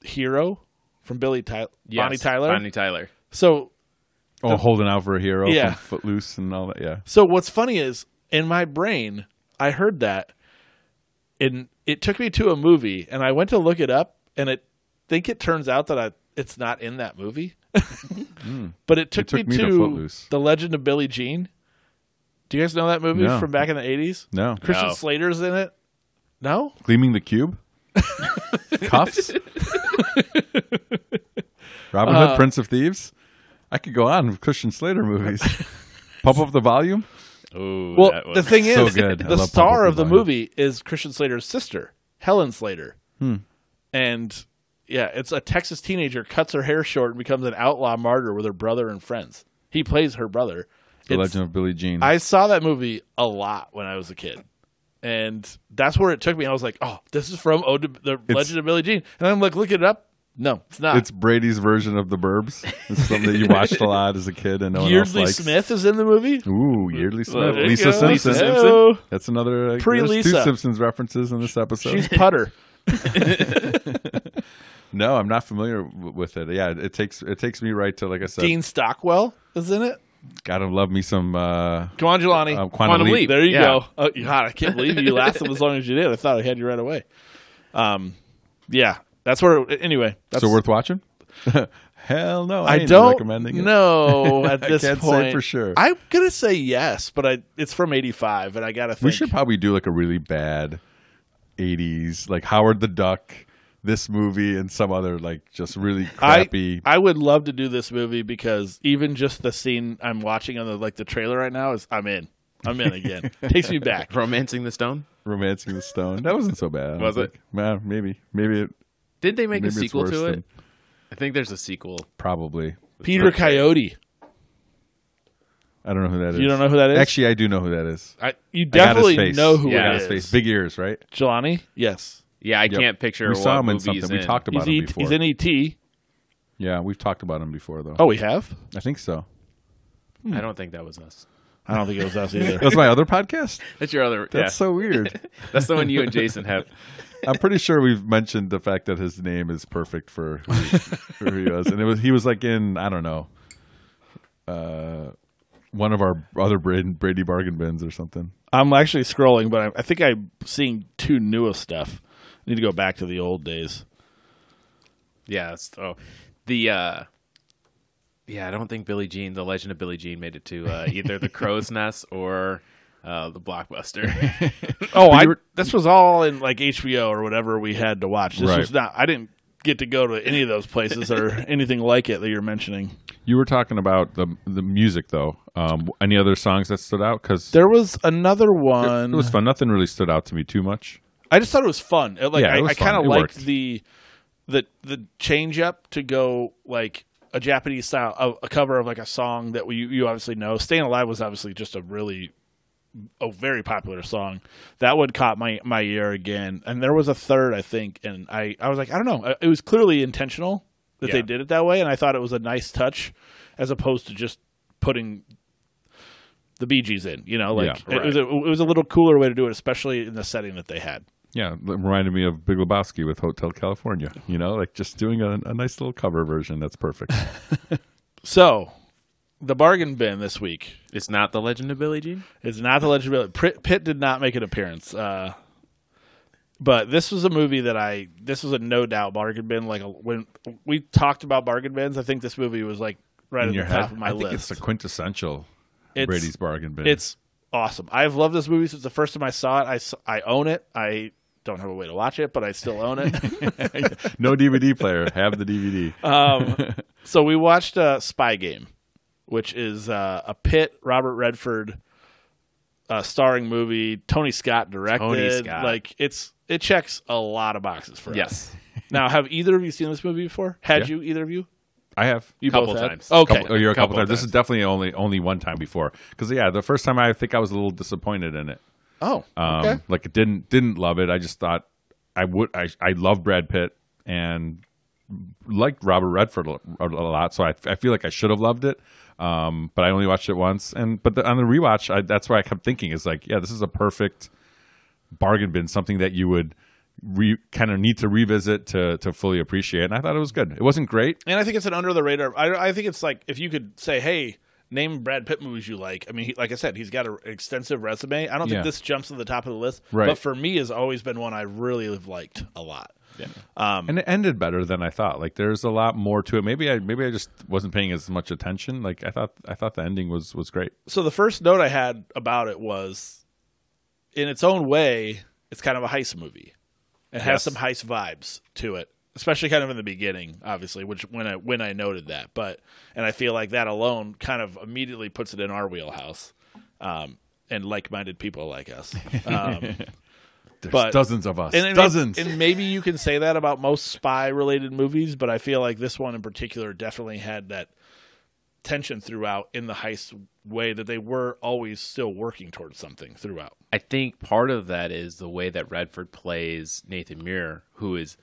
Speaker 2: "Hero" from Billy Tyler,
Speaker 3: Yes,
Speaker 2: Bonnie Tyler.
Speaker 3: Bonnie Tyler.
Speaker 2: So
Speaker 1: Oh, holding out for a hero.
Speaker 2: Yeah.
Speaker 1: Yeah, from Footloose and all that. Yeah,
Speaker 2: So what's funny is in my brain, I heard that, and it took me to a movie, and I went to look it up, and it think it turns out that I it's not in that movie, but it took,
Speaker 1: Hmm. took me
Speaker 2: me,
Speaker 1: to
Speaker 2: to,
Speaker 1: Footloose.
Speaker 2: the Legend of Billy Jean. Do you guys know that movie
Speaker 1: No.
Speaker 2: from back in the eighties?
Speaker 1: no,
Speaker 2: Christian
Speaker 3: No.
Speaker 2: Slater's in it. No,
Speaker 1: gleaming the cube. Cuffs. Robin
Speaker 2: Uh,
Speaker 1: Hood, Prince of Thieves. I could go on with Christian Slater movies. Pump up the volume.
Speaker 3: Ooh,
Speaker 2: Well,
Speaker 3: that
Speaker 2: the
Speaker 3: was
Speaker 2: thing is,
Speaker 1: So good. I
Speaker 2: the
Speaker 1: love
Speaker 2: star
Speaker 1: Pablo
Speaker 2: of the
Speaker 1: Coelho.
Speaker 2: movie is Christian Slater's sister, Helen Slater.
Speaker 1: Hmm.
Speaker 2: And yeah, it's a Texas teenager cuts her hair short and becomes an outlaw martyr with her brother and friends. He plays her brother.
Speaker 1: The
Speaker 2: It's-
Speaker 1: Legend of Billie Jean.
Speaker 2: I saw that movie a lot when I was a kid. And that's where it took me. I was like, oh, this is from Ode to the Legend of Billie Jean. And I'm like, look it up. No, it's not.
Speaker 1: it's Brady's version of the Burbs. It's something that you watched a lot as a kid, and no one else
Speaker 2: Yeardley
Speaker 1: likes.
Speaker 2: Smith is in the movie.
Speaker 1: Ooh, Yeardley Smith.
Speaker 3: there you
Speaker 1: Lisa
Speaker 2: go.
Speaker 1: Simpson.
Speaker 3: Lisa Simpson.
Speaker 2: Hello.
Speaker 1: That's another uh,
Speaker 2: Pre-
Speaker 1: there's
Speaker 2: Lisa.
Speaker 1: Two Simpsons references in this episode.
Speaker 2: She's putter.
Speaker 1: no, I'm not familiar w- with it. Yeah, it takes it takes me right to like I said.
Speaker 2: Dean Stockwell is in it.
Speaker 1: Gotta love me some uh,
Speaker 2: Come on, Jelani.
Speaker 1: um, Quantum,
Speaker 3: Quantum
Speaker 1: Leap.
Speaker 3: Leap.
Speaker 2: There you
Speaker 3: Yeah.
Speaker 2: go. Oh, God, I can't believe you lasted as long as you did. I thought I had you right away. Um, yeah, that's where. Anyway, that's,
Speaker 1: So worth watching? Hell no, I,
Speaker 2: I
Speaker 1: ain't
Speaker 2: don't
Speaker 1: recommending it.
Speaker 2: know at this
Speaker 1: can't say
Speaker 2: point
Speaker 1: for sure.
Speaker 2: I'm gonna say yes, but I it's from '85, and I gotta think.
Speaker 1: We should probably do like a really bad '80s, like Howard the Duck, this movie, and some other like just really crappy.
Speaker 2: I, I would love to do this movie because even just the scene I'm watching on the like the trailer right now is I'm in. I'm in again. Takes me back.
Speaker 3: Romancing the Stone.
Speaker 1: Romancing the Stone. That wasn't so bad. I
Speaker 3: Was it?
Speaker 1: Like, well, maybe, maybe it,
Speaker 3: Did they make
Speaker 1: maybe
Speaker 3: a
Speaker 1: it's
Speaker 3: sequel
Speaker 1: worse
Speaker 3: to it?
Speaker 1: than-
Speaker 3: I think there's a sequel.
Speaker 1: probably.
Speaker 2: Peter Coyote.
Speaker 1: I don't know who that is.
Speaker 2: You don't know who that is?
Speaker 1: Actually, I do know who that is.
Speaker 2: I, you
Speaker 1: I got
Speaker 2: definitely
Speaker 1: his face.
Speaker 2: know who
Speaker 1: I
Speaker 3: Yeah.
Speaker 1: got
Speaker 2: it
Speaker 1: his face.
Speaker 2: is.
Speaker 1: Big ears, right?
Speaker 2: Jelani. Yes,
Speaker 3: Yeah, I
Speaker 1: Yep.
Speaker 3: can't picture.
Speaker 1: We saw
Speaker 3: what
Speaker 1: him in
Speaker 3: movie
Speaker 1: something.
Speaker 3: he's
Speaker 1: We
Speaker 3: in.
Speaker 1: talked
Speaker 2: he's,
Speaker 1: about him
Speaker 2: e-
Speaker 1: before.
Speaker 2: he's in ET.
Speaker 1: yeah, we've talked about him before though.
Speaker 2: Oh, we have.
Speaker 1: I think so.
Speaker 3: I don't think that was us.
Speaker 2: I don't think it was us either.
Speaker 1: That's my other podcast.
Speaker 3: That's your other.
Speaker 1: That's
Speaker 3: yeah,
Speaker 1: so weird.
Speaker 3: that's the one you and Jason have.
Speaker 1: I'm pretty sure we've mentioned the fact that his name is perfect for who he, for who he was, and it was he was like in I don't know, uh, one of our other Brady, Brady bargain bins or something.
Speaker 2: I'm actually scrolling, but I, I think I'm seeing two newest stuff. I need to go back to the old days.
Speaker 3: Yeah. that's- Oh, the. uh Yeah, I don't think Billy Jean, the Legend of Billy Jean, made it to uh, either the Crow's Nest or uh, the Blockbuster.
Speaker 2: Oh, I,
Speaker 1: you were-
Speaker 2: this was all in like HBO or whatever we had to watch. This
Speaker 1: Right.
Speaker 2: was not. I didn't get to go to any of those places or anything like it that you're mentioning.
Speaker 1: You were talking about the the music though. Um, any other songs that stood out? Because
Speaker 2: There was another
Speaker 1: it
Speaker 2: one.
Speaker 1: was fun. Nothing really stood out to me too much.
Speaker 2: I just thought it was fun. It, like
Speaker 1: Yeah, it
Speaker 2: I,
Speaker 1: was
Speaker 2: I kind
Speaker 1: fun.
Speaker 2: of
Speaker 1: It
Speaker 2: liked
Speaker 1: worked.
Speaker 2: the the the change up to go like a Japanese style, a, a cover of like a song that we you obviously know. "Staying Alive" was obviously just a really a very popular song. That one caught my my ear again, and there was a third I think, and I I was like I don't know. Uh, It was clearly intentional that they
Speaker 3: Yeah.
Speaker 2: did it that way, and I thought it was a nice touch as opposed to just putting the Bee Gees in. You know, like
Speaker 1: Yeah,
Speaker 2: it, was a, it was a little cooler way to do it, especially in the setting that they had.
Speaker 1: Yeah, it reminded me of Big Lebowski with Hotel California. You know, like just doing a, a nice little cover version. That's perfect.
Speaker 2: So, the bargain bin this week
Speaker 3: it's not the Legend of Billy Jean.
Speaker 2: is not the legibility. Pitt, Pitt did not make an appearance, uh, but this was a movie that I this was a no doubt bargain bin. Like a, when we talked about bargain bins, I think this movie was like right at the top of my
Speaker 1: I think
Speaker 2: list.
Speaker 1: it's the quintessential
Speaker 2: It's-
Speaker 1: Brady's bargain bin.
Speaker 2: it's awesome. I've loved this movie since the first time I saw it. I, s- I own it. I don't have a way to watch it, but I still own it.
Speaker 1: no DVD player. Have the DVD.
Speaker 2: um, so we watched uh, Spy Game, which is uh, a Pitt Robert Redford uh, starring movie. Tony Scott directed.
Speaker 3: Tony Scott.
Speaker 2: Like it's it checks a lot of boxes for us.
Speaker 3: Yes.
Speaker 2: Now, have either of you seen this movie before? Had
Speaker 1: Yeah.
Speaker 2: you either of you?
Speaker 1: I have.
Speaker 2: You
Speaker 3: Couple
Speaker 2: both had?
Speaker 3: times.
Speaker 2: Okay.
Speaker 1: Couple, or you're a couple,
Speaker 3: Couple
Speaker 1: times. This is
Speaker 3: times.
Speaker 1: definitely only only one time before. Because yeah, the first time I think I was a little disappointed in it.
Speaker 2: Oh.
Speaker 1: Um,
Speaker 2: okay.
Speaker 1: Like it didn't didn't love it. I just thought I would. I I love Brad Pitt and liked Robert Redford a a lot, so I, I feel like I should have loved it. Um, but I only watched it once, and but the, on the rewatch, I, that's why I kept thinking is like, yeah, this is a perfect bargain bin, something that you would re, kind of need to revisit to to fully appreciate. And I thought it was good. It wasn't great.
Speaker 2: And I think it's an under the radar. I, I think it's like if you could say, "Hey, name Brad Pitt movies you like." I mean, he, like I said, he's got a- an extensive resume. I don't
Speaker 1: Yeah.
Speaker 2: think this jumps to the top of the list,
Speaker 1: Right.
Speaker 2: but for me, has always been one I really have liked a lot. Um,
Speaker 1: and it ended better than I thought. Like there's a lot more to it. Maybe I maybe I just wasn't paying as much attention. Like I thought I thought the ending was was great.
Speaker 2: So the first note I had about it was, in its own way, it's kind of a heist movie. It has
Speaker 1: Yes.
Speaker 2: some heist vibes to it, especially kind of in the beginning, obviously, which when I when I noted that, but and I feel like that alone kind of immediately puts it in our wheelhouse, um, and like-minded people like us. Um,
Speaker 1: There's
Speaker 2: But-
Speaker 1: dozens of us.
Speaker 2: and, and
Speaker 1: dozens.
Speaker 2: And maybe you can say that about most spy-related movies, but I feel like this one in particular definitely had that tension throughout in the heist way that they were always still working towards something throughout.
Speaker 3: I think part of that is the way that Redford plays Nathan Muir, who is,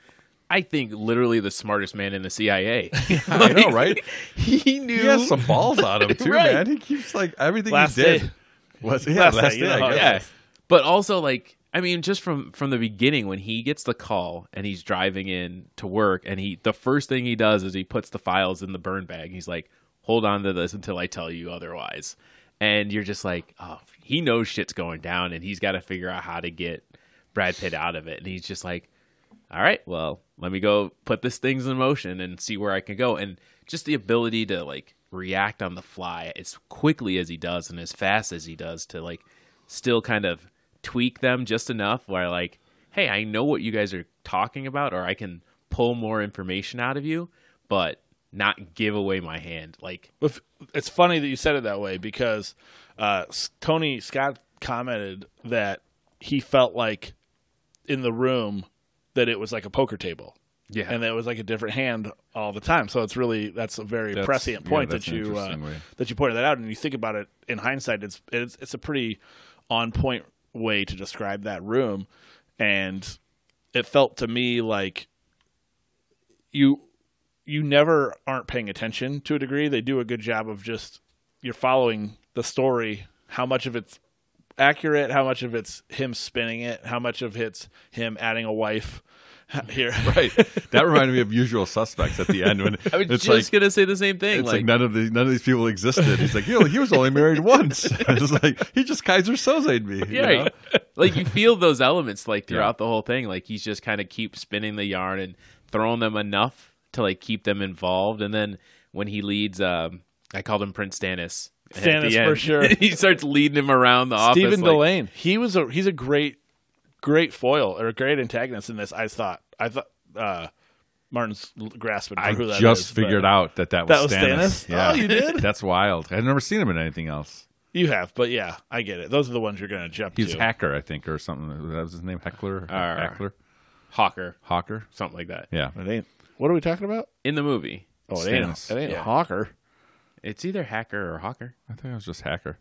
Speaker 3: I think, literally the smartest man in the CIA.
Speaker 1: I know, right?
Speaker 3: he knew.
Speaker 1: He has some balls on him too,
Speaker 3: Right.
Speaker 1: man. He keeps like everything
Speaker 2: Last
Speaker 1: he did
Speaker 2: day.
Speaker 1: was yeah, last,
Speaker 2: Last
Speaker 1: day.
Speaker 2: day, uh, you know
Speaker 1: I
Speaker 2: how it
Speaker 1: guess.
Speaker 3: Uh, yeah, but also like, I mean, just from from the beginning when he gets the call and he's driving in to work, and he the first thing he does is he puts the files in the burn bag. He's like, "Hold on to this until I tell you otherwise," and you're just like, "Oh, he knows shit's going down, and he's got to figure out how to get Brad Pitt out of it." And he's just like, all right, well, let me go put this things in motion and see where I can go. And just the ability to like react on the fly as quickly as he does and as fast as he does to like still kind of tweak them just enough where like, hey, I know what you guys are talking about, or I can pull more information out of you, but not give away my hand. Like,
Speaker 2: If- It's funny that you said it that way because uh, S- Tony Scott commented that he felt like in the room that it was like a poker table.
Speaker 3: yeah,
Speaker 2: and it was like a different hand all the time. So it's really that's a very
Speaker 1: That's-
Speaker 2: prescient
Speaker 1: yeah,
Speaker 2: point
Speaker 1: that's
Speaker 2: that
Speaker 1: an
Speaker 2: you uh,
Speaker 1: interesting way.
Speaker 2: that you pointed that out. And you think about it in hindsight, it's it's, it's a pretty on point way to describe that room, and it felt to me like you you never aren't paying attention to a degree. They do a good job of just you're following the story, how much of it's accurate, how much of it's him spinning it, how much of it's him adding a wife here.
Speaker 1: Right. That reminded me of usual suspects at the end when
Speaker 3: I was
Speaker 1: it's like
Speaker 3: just gonna say the same thing.
Speaker 1: it's like, none of these none of these people existed. He's like, you know, he was only married once. it's like he just Kaiser Soze'd me. you
Speaker 3: Yeah,
Speaker 1: know?
Speaker 3: like you feel those elements like
Speaker 1: Yeah.
Speaker 3: throughout the whole thing. Like he's just kind of keep spinning the yarn and throwing them enough to like keep them involved. And then when he leads, um, I called him Prince Stannis. at the
Speaker 2: Stannis, for
Speaker 3: end.
Speaker 2: sure.
Speaker 3: he starts leading him around the office.
Speaker 2: Stephen
Speaker 3: like,
Speaker 2: Delane. He was a he's a great great foil or a great antagonist in this. I thought I thought uh, Martin's grasping for
Speaker 1: I
Speaker 2: who that
Speaker 1: just
Speaker 2: is, but-
Speaker 1: figured out that that was,
Speaker 2: That was Stannis?
Speaker 1: Yeah.
Speaker 2: Oh, you did?
Speaker 1: That's wild. I've never seen him in anything else.
Speaker 2: you have, but yeah, I get it. Those are the ones you're gonna jump
Speaker 1: He's
Speaker 2: to.
Speaker 1: Hacker, I think, or something. That was his name, Heckler,
Speaker 3: Arr.
Speaker 1: Heckler,
Speaker 3: Hawker,
Speaker 1: Hawker.
Speaker 3: something like that.
Speaker 1: Yeah,
Speaker 2: it ain't. What are we talking about?
Speaker 3: In the movie,
Speaker 2: Oh, it ain't.
Speaker 1: Stannis.
Speaker 2: It ain't
Speaker 3: Yeah.
Speaker 2: a hawker.
Speaker 3: it's either Hacker or Hawker.
Speaker 1: I think I was just Hacker.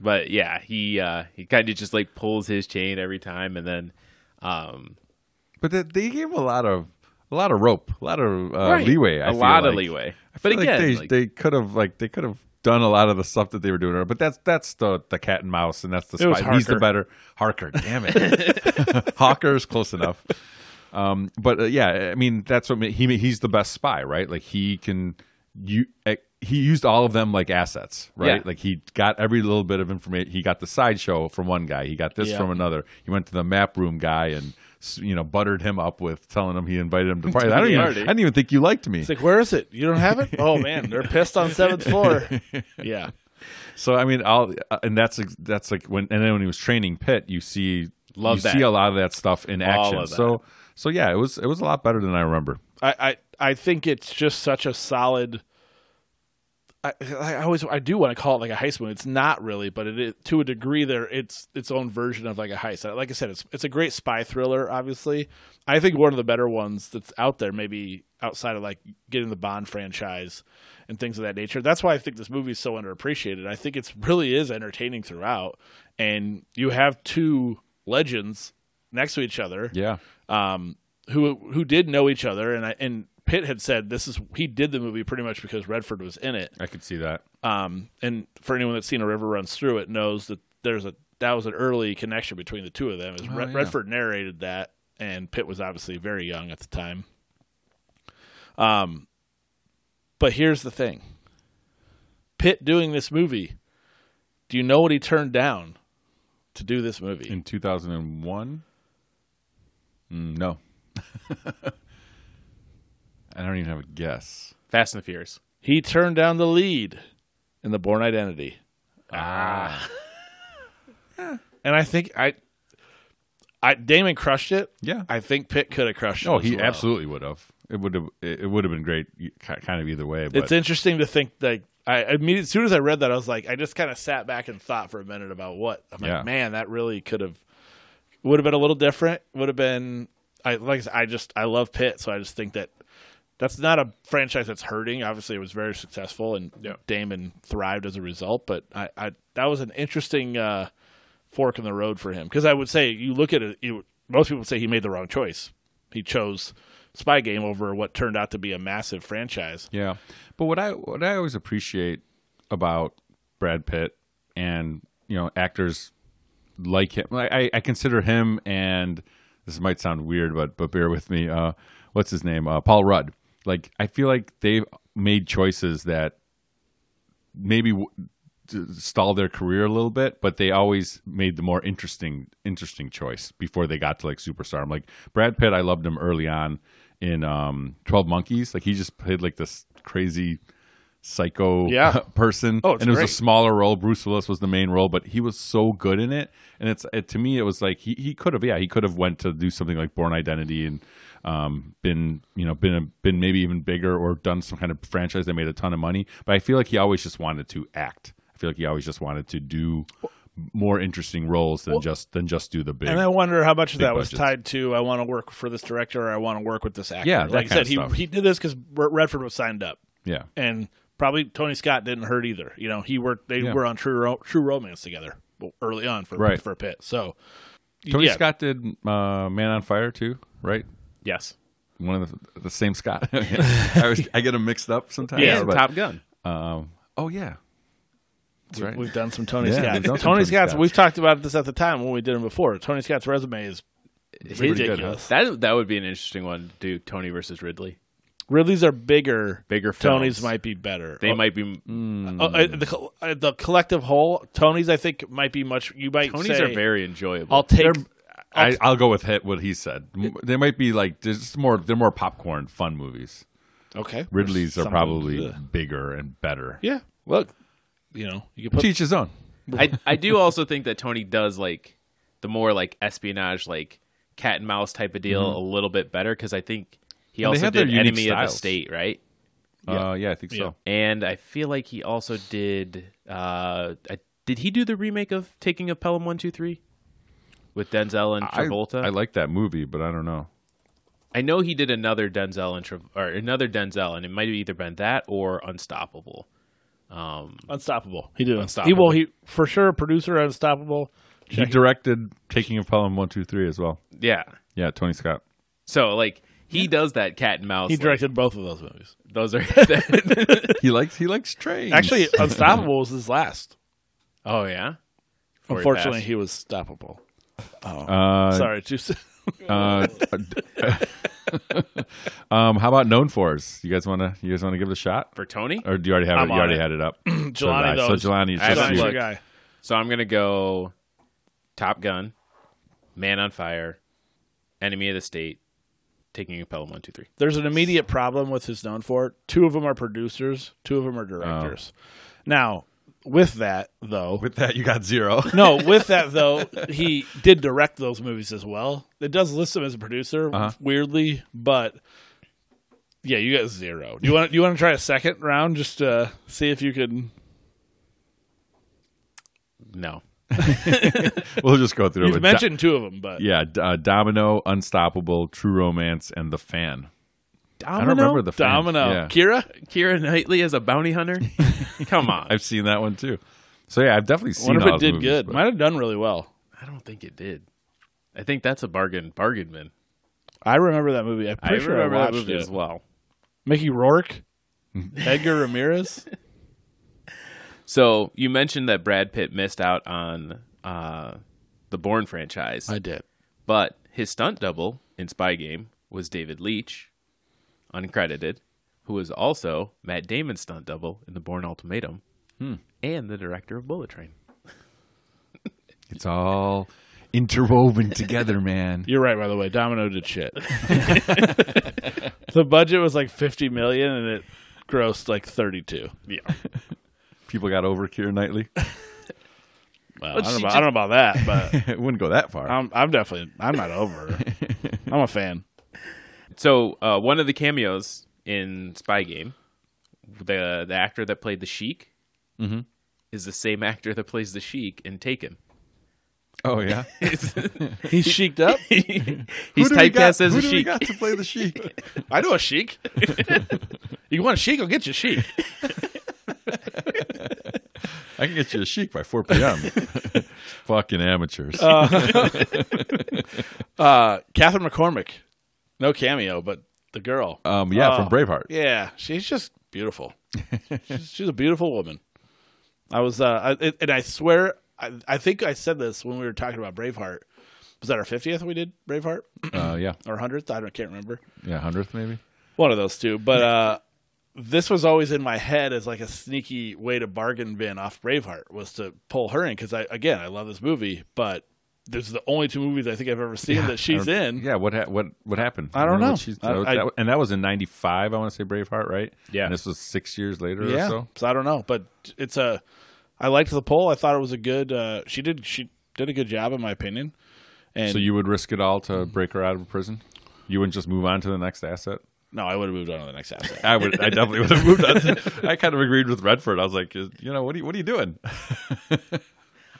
Speaker 3: but yeah, he uh, he kind of just like pulls his chain every time, and then um,
Speaker 1: But they, they gave a lot of a lot of rope, a lot of uh,
Speaker 3: Right.
Speaker 1: leeway,
Speaker 3: A
Speaker 1: I feel
Speaker 3: lot of
Speaker 1: like.
Speaker 3: leeway.
Speaker 1: I
Speaker 3: But
Speaker 1: feel like
Speaker 3: again,
Speaker 1: they,
Speaker 3: like-
Speaker 1: they could have like they could have done a lot of the stuff that they were doing. earlier. But that's that's the the cat and mouse, and that's the
Speaker 2: It was
Speaker 1: spy. He's the
Speaker 2: Harker.
Speaker 1: better Harker. Damn it, Hawker's close enough. Um, but uh, yeah, I mean that's what ma- he he's the best spy, right? Like he can you. eh, He used all of them like assets, right?
Speaker 3: Yeah.
Speaker 1: Like he got every little bit of information. He got the sideshow from one guy. He got this
Speaker 2: Yeah.
Speaker 1: from another. He went to the map room guy and s- you know buttered him up with telling him he invited him to party. I don't
Speaker 3: the
Speaker 1: even.
Speaker 3: party.
Speaker 1: I didn't even think you liked me.
Speaker 2: It's like, where is it? You don't have it? Oh man, they're pissed on seventh floor. Yeah,
Speaker 1: So I mean, I'll uh, and that's ex- that's like when and then when he was training Pitt, you see
Speaker 3: Love
Speaker 1: you
Speaker 3: that.
Speaker 1: see a lot of that stuff in action.
Speaker 3: of that.
Speaker 1: So so yeah, it was it was a lot better than I remember.
Speaker 2: I, I I think it's just such a solid. I, I always I do want to call it like a heist movie. It's not really, but it is to a degree. There, it's its own version of like a heist. Like I said, it's it's a great spy thriller. Obviously, I think one of the better ones that's out there, maybe outside of like getting the Bond franchise and things of that nature. That's why I think this movie is so underappreciated. I think it's really is entertaining throughout, and you have two legends next to each other
Speaker 1: Yeah.
Speaker 2: um, who who did know each other, and I, and Pitt had said this is he did the movie pretty much because Redford was in it.
Speaker 1: I could see that.
Speaker 2: Um, and for anyone that's seen a river runs through it knows that there's a that was an early connection between the two of them. Is Red,
Speaker 1: yeah.
Speaker 2: Redford narrated that, and Pitt was obviously very young at the time. Um, but here's the thing: Pitt doing this movie. Do you know what he turned down to do this movie?
Speaker 1: In 2001? Mm, no. I don't even have a guess.
Speaker 3: Fast and the Furious.
Speaker 2: He turned down the lead in the Born Identity.
Speaker 1: Ah.
Speaker 2: And I think I I Damon crushed it.
Speaker 1: Yeah.
Speaker 2: I think Pitt could have crushed it.
Speaker 1: Oh,
Speaker 2: as
Speaker 1: he
Speaker 2: well.
Speaker 1: absolutely would have. It would have it would have been great ki- kind of either way, but
Speaker 2: It's interesting to think like I I mean as soon as I read that I was like I just kind of sat back and thought for a minute about what. I'm
Speaker 1: Yeah.
Speaker 2: like, man, that really could have would have been a little different. Would have been I like I, said, I just I love Pitt, so I just think that that's not a franchise that's hurting. Obviously, it was very successful, and
Speaker 3: Yeah.
Speaker 2: Damon thrived as a result. But I, I that was an interesting uh, fork in the road for him because I would say you look at it. You, most people would say he made the wrong choice. He chose Spy Game over what turned out to be a massive franchise.
Speaker 1: Yeah, but what I what I always appreciate about Brad Pitt and you know actors like him, I, I- I consider him and this might sound weird, but but bear with me. Uh, what's his name? Uh, Paul Rudd. Like I feel like they've made choices that maybe w- d- stall their career a little bit, but they always made the more interesting interesting choice before they got to like superstar. I'm like Brad Pitt. I loved him early on in um, Twelve Monkeys. Like he just played like this crazy psycho
Speaker 2: Yeah.
Speaker 1: person,
Speaker 2: Oh, it's
Speaker 1: and it was
Speaker 2: great.
Speaker 1: a smaller role. Bruce Willis was the main role, but he was so good in it. And it's it, to me, it was like he, he could have yeah he could have went to do something like Born Identity and um, been you know been a, been maybe even bigger or done some kind of franchise that made a ton of money. But I feel like he always just wanted to act. I feel like he always just wanted to do more interesting roles than just than just do the big.
Speaker 2: And I wonder how much of
Speaker 1: Big
Speaker 2: that was
Speaker 1: budgets.
Speaker 2: tied to I want to work for this director or I want to work with this actor.
Speaker 1: Yeah, that
Speaker 2: like I
Speaker 1: kind
Speaker 2: said,
Speaker 1: of
Speaker 2: he
Speaker 1: stuff.
Speaker 2: he did this because Redford was signed up.
Speaker 1: yeah,
Speaker 2: and probably Tony Scott didn't hurt either. You know, he worked they
Speaker 1: Yeah.
Speaker 2: were on True Ro- True Romance together well, early on for
Speaker 1: Right.
Speaker 2: for Pitt. So
Speaker 1: Tony
Speaker 2: yeah,
Speaker 1: Scott did uh, Man on Fire too, right?
Speaker 3: Yes.
Speaker 1: One of the, the same Scott. I, was, I get him mixed up sometimes.
Speaker 2: Yeah,
Speaker 3: Yeah,
Speaker 1: but-
Speaker 3: Top Gun.
Speaker 1: Um, oh yeah, that's
Speaker 2: we-
Speaker 1: right.
Speaker 2: We've done some Tony
Speaker 1: Yeah,
Speaker 2: Scott.
Speaker 1: we've done
Speaker 2: Tony,
Speaker 1: some Tony
Speaker 2: Scott's.
Speaker 1: Scotts.
Speaker 2: We've talked about this at the time when we did him before. Tony Scott's resume is
Speaker 1: pretty good,
Speaker 2: ridiculous.
Speaker 3: That that would be an interesting one to do. Tony versus Ridley.
Speaker 2: Ridley's are bigger.
Speaker 3: Bigger films.
Speaker 2: Tony's might be better.
Speaker 3: They
Speaker 2: Oh,
Speaker 3: might be.
Speaker 1: mm,
Speaker 2: oh, uh, the, col- uh, the collective whole. Tony's, I think, might be much. You might
Speaker 3: Tonys
Speaker 2: say,
Speaker 3: are very enjoyable.
Speaker 2: I'll take.
Speaker 1: I, I'll go with hit what he said. M- They might be like just more. They're more popcorn fun movies.
Speaker 2: okay.
Speaker 1: Ridley's are
Speaker 2: Something-
Speaker 1: probably
Speaker 2: Ugh.
Speaker 1: bigger and better.
Speaker 2: Yeah. Look, you know, you can put
Speaker 1: Teach his own.
Speaker 3: I I do also think that Tony does like the more like espionage, like cat and mouse type of deal a little bit better because I think he
Speaker 1: And Mm-hmm. they
Speaker 3: also
Speaker 1: have their
Speaker 3: did
Speaker 1: unique
Speaker 3: Enemy of the
Speaker 1: styles.
Speaker 3: State, right?
Speaker 1: Yeah, uh, yeah I think
Speaker 2: Yeah.
Speaker 1: so.
Speaker 3: And I feel like he also did. Uh, I, did he do the remake of Taking of Pelham One Two Three with Denzel and
Speaker 1: I-
Speaker 3: Travolta?
Speaker 1: I, like that movie, but I don't know.
Speaker 3: I know he did another Denzel and Trav- or another Denzel, and it might have either been that or Unstoppable.
Speaker 2: Unstoppable. He did
Speaker 3: Unstoppable.
Speaker 2: He, well, he for sure producer of Unstoppable.
Speaker 1: He directed Taking a Pelham one two three as well.
Speaker 3: Yeah.
Speaker 1: Yeah, Tony Scott.
Speaker 3: So like he does that cat and mouse.
Speaker 2: He
Speaker 3: like,
Speaker 2: directed both of those movies.
Speaker 3: those are.
Speaker 1: He likes he likes trains.
Speaker 2: Actually, uh, Unstoppable was his last.
Speaker 3: oh yeah. Before he
Speaker 2: Unfortunately,
Speaker 3: passed.
Speaker 2: he was stoppable.
Speaker 1: uh,
Speaker 2: Sorry, too soon.
Speaker 1: Uh, um, how about known fours? You guys want to you guys want to give it a shot,
Speaker 3: for Tony.
Speaker 1: or do you already have
Speaker 2: I'm
Speaker 1: it? You
Speaker 2: on
Speaker 1: already
Speaker 2: it.
Speaker 1: had it up. Jelani,
Speaker 2: Jelani,
Speaker 1: so
Speaker 2: though, is-
Speaker 1: Jelani,
Speaker 3: I
Speaker 1: just
Speaker 3: haven't
Speaker 2: John's
Speaker 1: you.
Speaker 2: your
Speaker 3: looked.
Speaker 2: guy.
Speaker 3: So I'm gonna go Top Gun, Man on Fire, Enemy of the State, Taking a Pelham one two three.
Speaker 2: There's an immediate
Speaker 1: Oh.
Speaker 2: problem with who's known for. it. Two of them are producers. Two of them are directors. Now, with that though,
Speaker 1: With that, you got zero.
Speaker 2: no, with that though, he did direct those movies as well. It does list him as a producer,
Speaker 1: Uh-huh.
Speaker 2: weirdly, but yeah, you got zero. Do you want? Do you want to try a second round just to see if you can?
Speaker 3: No.
Speaker 1: we'll just go through it.
Speaker 2: You've
Speaker 1: with
Speaker 2: mentioned two of them, but
Speaker 1: Do- yeah, D- uh, Domino, Unstoppable, True Romance, and The Fan.
Speaker 3: Domino?
Speaker 1: I don't remember The Fan.
Speaker 2: Domino,
Speaker 1: Yeah.
Speaker 2: Kira,
Speaker 3: Kira Knightley as a bounty hunter? Come on. I,
Speaker 1: I've seen that one too. So yeah, I've definitely
Speaker 2: I
Speaker 1: seen.
Speaker 2: wonder if
Speaker 1: all
Speaker 2: it
Speaker 1: those
Speaker 2: did
Speaker 1: movies,
Speaker 2: good.
Speaker 1: but-
Speaker 2: Might have done really well.
Speaker 3: don't think it did. I think that's a bargain bargain bin.
Speaker 2: I remember that movie. I'm
Speaker 3: I
Speaker 2: pretty sure
Speaker 3: remember
Speaker 2: I
Speaker 3: that
Speaker 2: watched
Speaker 3: movie
Speaker 2: it.
Speaker 3: as well.
Speaker 2: Mickey Rourke, Edgar Ramirez.
Speaker 3: So you mentioned that Brad Pitt missed out on uh, the Bourne franchise,
Speaker 2: did.
Speaker 3: but his stunt double in Spy Game was David Leitch, uncredited, who was also Matt Damon's stunt double in the Bourne Ultimatum, and the director of Bullet Train.
Speaker 1: It's all interwoven together, man.
Speaker 2: You're right, by the way. Domino did shit. the budget was like 50 million, and it grossed like 32.
Speaker 3: Yeah,
Speaker 1: People got over Keira Knightley.
Speaker 2: Well, I,
Speaker 3: But
Speaker 2: don't know
Speaker 3: she
Speaker 2: about, I don't know about that, but
Speaker 1: it wouldn't go that far.
Speaker 2: I'm, I'm definitely I'm not over. her. I'm a fan.
Speaker 3: So uh, one of the cameos in Spy Game, the the actor that played the Sheik, is the same actor that plays the Sheik in Taken.
Speaker 1: oh yeah.
Speaker 3: He's
Speaker 2: He's chic up.
Speaker 1: Who
Speaker 3: he's
Speaker 1: do we got-
Speaker 3: typecast as
Speaker 1: who
Speaker 3: a
Speaker 1: do we
Speaker 3: Sheik.
Speaker 1: got to play the sheik?
Speaker 2: I know a chic. you want a chic? I'll get you a chic.
Speaker 1: I can get you a chic by 4 p.m. Fucking amateurs.
Speaker 2: Uh, Catherine McCormick, no cameo, but the girl.
Speaker 1: um, yeah, from
Speaker 2: oh.
Speaker 1: Braveheart.
Speaker 2: Yeah, she's just beautiful. she's, she's a beautiful woman. I was, uh, I, and I swear, I, I think I said this when we were talking about Braveheart. Was that our fiftieth we did Braveheart
Speaker 1: Uh, yeah,
Speaker 2: or hundredth? I don't, can't remember.
Speaker 1: yeah, hundredth maybe.
Speaker 2: One of those two. But uh, this was always in my head as like a sneaky way to bargain bin off Braveheart was to pull her in because I again I love this movie, but this is the only two movies I think I've ever seen that she's
Speaker 1: I-
Speaker 2: in.
Speaker 1: Yeah, what ha- what what happened?
Speaker 2: I don't
Speaker 1: You
Speaker 2: know.
Speaker 1: what she's-
Speaker 2: I-
Speaker 1: that was-
Speaker 2: I-
Speaker 1: that was- and that was in '95, I want to say Braveheart, right?
Speaker 3: Yeah.
Speaker 1: And this was six years later or so.
Speaker 2: I don't know, but it's a. I liked the poll. I thought it was a good. Uh, she did. She did a good job, in my opinion. And
Speaker 1: So you would risk it all to break her out of prison? You wouldn't just move on to the next asset?
Speaker 2: no, I would have moved on to the next asset.
Speaker 1: I would. I definitely would have moved on. to- I kind of agreed with Redford. I was like, you know, what are you, what are you doing?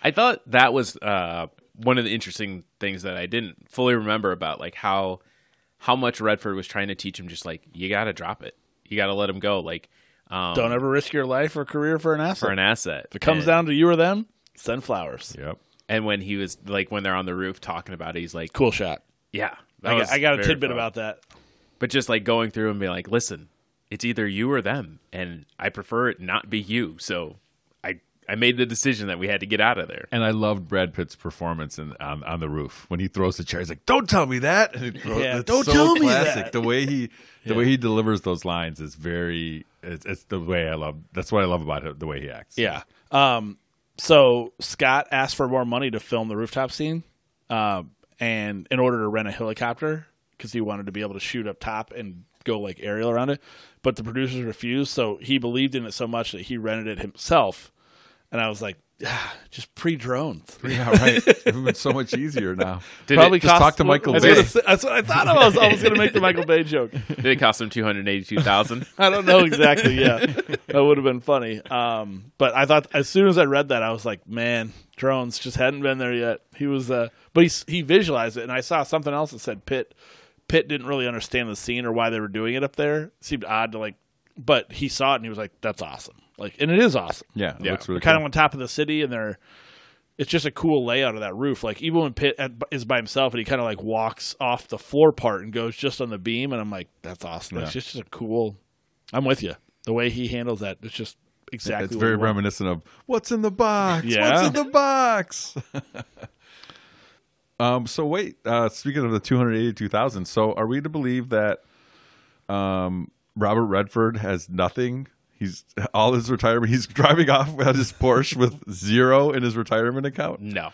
Speaker 3: I thought that was uh, one of the interesting things that I didn't fully remember about, like how how much Redford was trying to teach him, just like you got to drop it, you got to let him go, like um,
Speaker 2: don't ever risk your life or career for an asset.
Speaker 3: for an asset.
Speaker 2: if it comes
Speaker 3: and,
Speaker 2: down to you or them, send flowers.
Speaker 1: Yep.
Speaker 3: and when he was like when they're on the roof talking about it, he's like,
Speaker 2: Cool shot.
Speaker 3: yeah, that
Speaker 2: I
Speaker 3: was
Speaker 2: got, I got a
Speaker 3: very
Speaker 2: tidbit
Speaker 3: fun.
Speaker 2: about that.
Speaker 3: but just like going through and being like, listen, it's either you or them, and I prefer it not be you, so I I made the decision that we had to get out of there.
Speaker 1: And I loved Brad Pitt's performance in, on on the roof when he throws the chair. He's like, "Don't tell me that." And he throws,
Speaker 2: Yeah,
Speaker 1: it's
Speaker 2: "Don't
Speaker 1: so
Speaker 2: tell me
Speaker 1: classic.
Speaker 2: that.
Speaker 1: The way he the way he delivers those lines is very. It's, it's the way I love. That's what I love about it. The way he acts.
Speaker 2: Yeah. Um, so Scott asked for more money to film the rooftop scene, um, and in order to rent a helicopter because he wanted to be able to shoot up top and go like aerial around it, but the producers refused. So he believed in it so much that he rented it himself, and I was like, ah, just pre drones.
Speaker 1: yeah, right. It would have been so much easier now.
Speaker 3: Did
Speaker 1: Probably
Speaker 3: it
Speaker 1: just talk to Michael
Speaker 2: that's what I
Speaker 1: Bay.
Speaker 2: was- That's what I thought. I was, I was going to make the Michael Bay joke.
Speaker 3: Did it cost him two hundred eighty two thousand?
Speaker 2: I don't know exactly. Yeah, that would have been funny. Um, but I thought as soon as I read that, I was like, man, drones just hadn't been there yet. He was, uh, but he s- he visualized it, and I saw something else that said Pitt. Pitt didn't really understand the scene or why they were doing it up there. seemed odd to like, but he saw it and he was like, that's awesome. Like, and it is awesome.
Speaker 1: Yeah, it
Speaker 3: Yeah,
Speaker 1: looks really
Speaker 2: Kind of
Speaker 1: cool.
Speaker 2: on top of the city, and they're. It's just a cool layout of that roof. Like even when Pitt at, is by himself and he kind of like walks off the floor part and goes just on the beam, and I'm like, that's awesome. That's
Speaker 1: Yeah.
Speaker 2: just a cool. I'm with you. The way he handles that, it's just exactly.
Speaker 1: It's
Speaker 2: what
Speaker 1: very
Speaker 2: we want.
Speaker 1: reminiscent of what's in the box.
Speaker 2: Yeah.
Speaker 1: What's in the box? um. So wait. Uh, speaking of the two hundred eighty-two thousand, so are we to believe that um, Robert Redford has nothing? He's all his retirement. He's driving off at his Porsche with zero in his retirement account.
Speaker 3: No.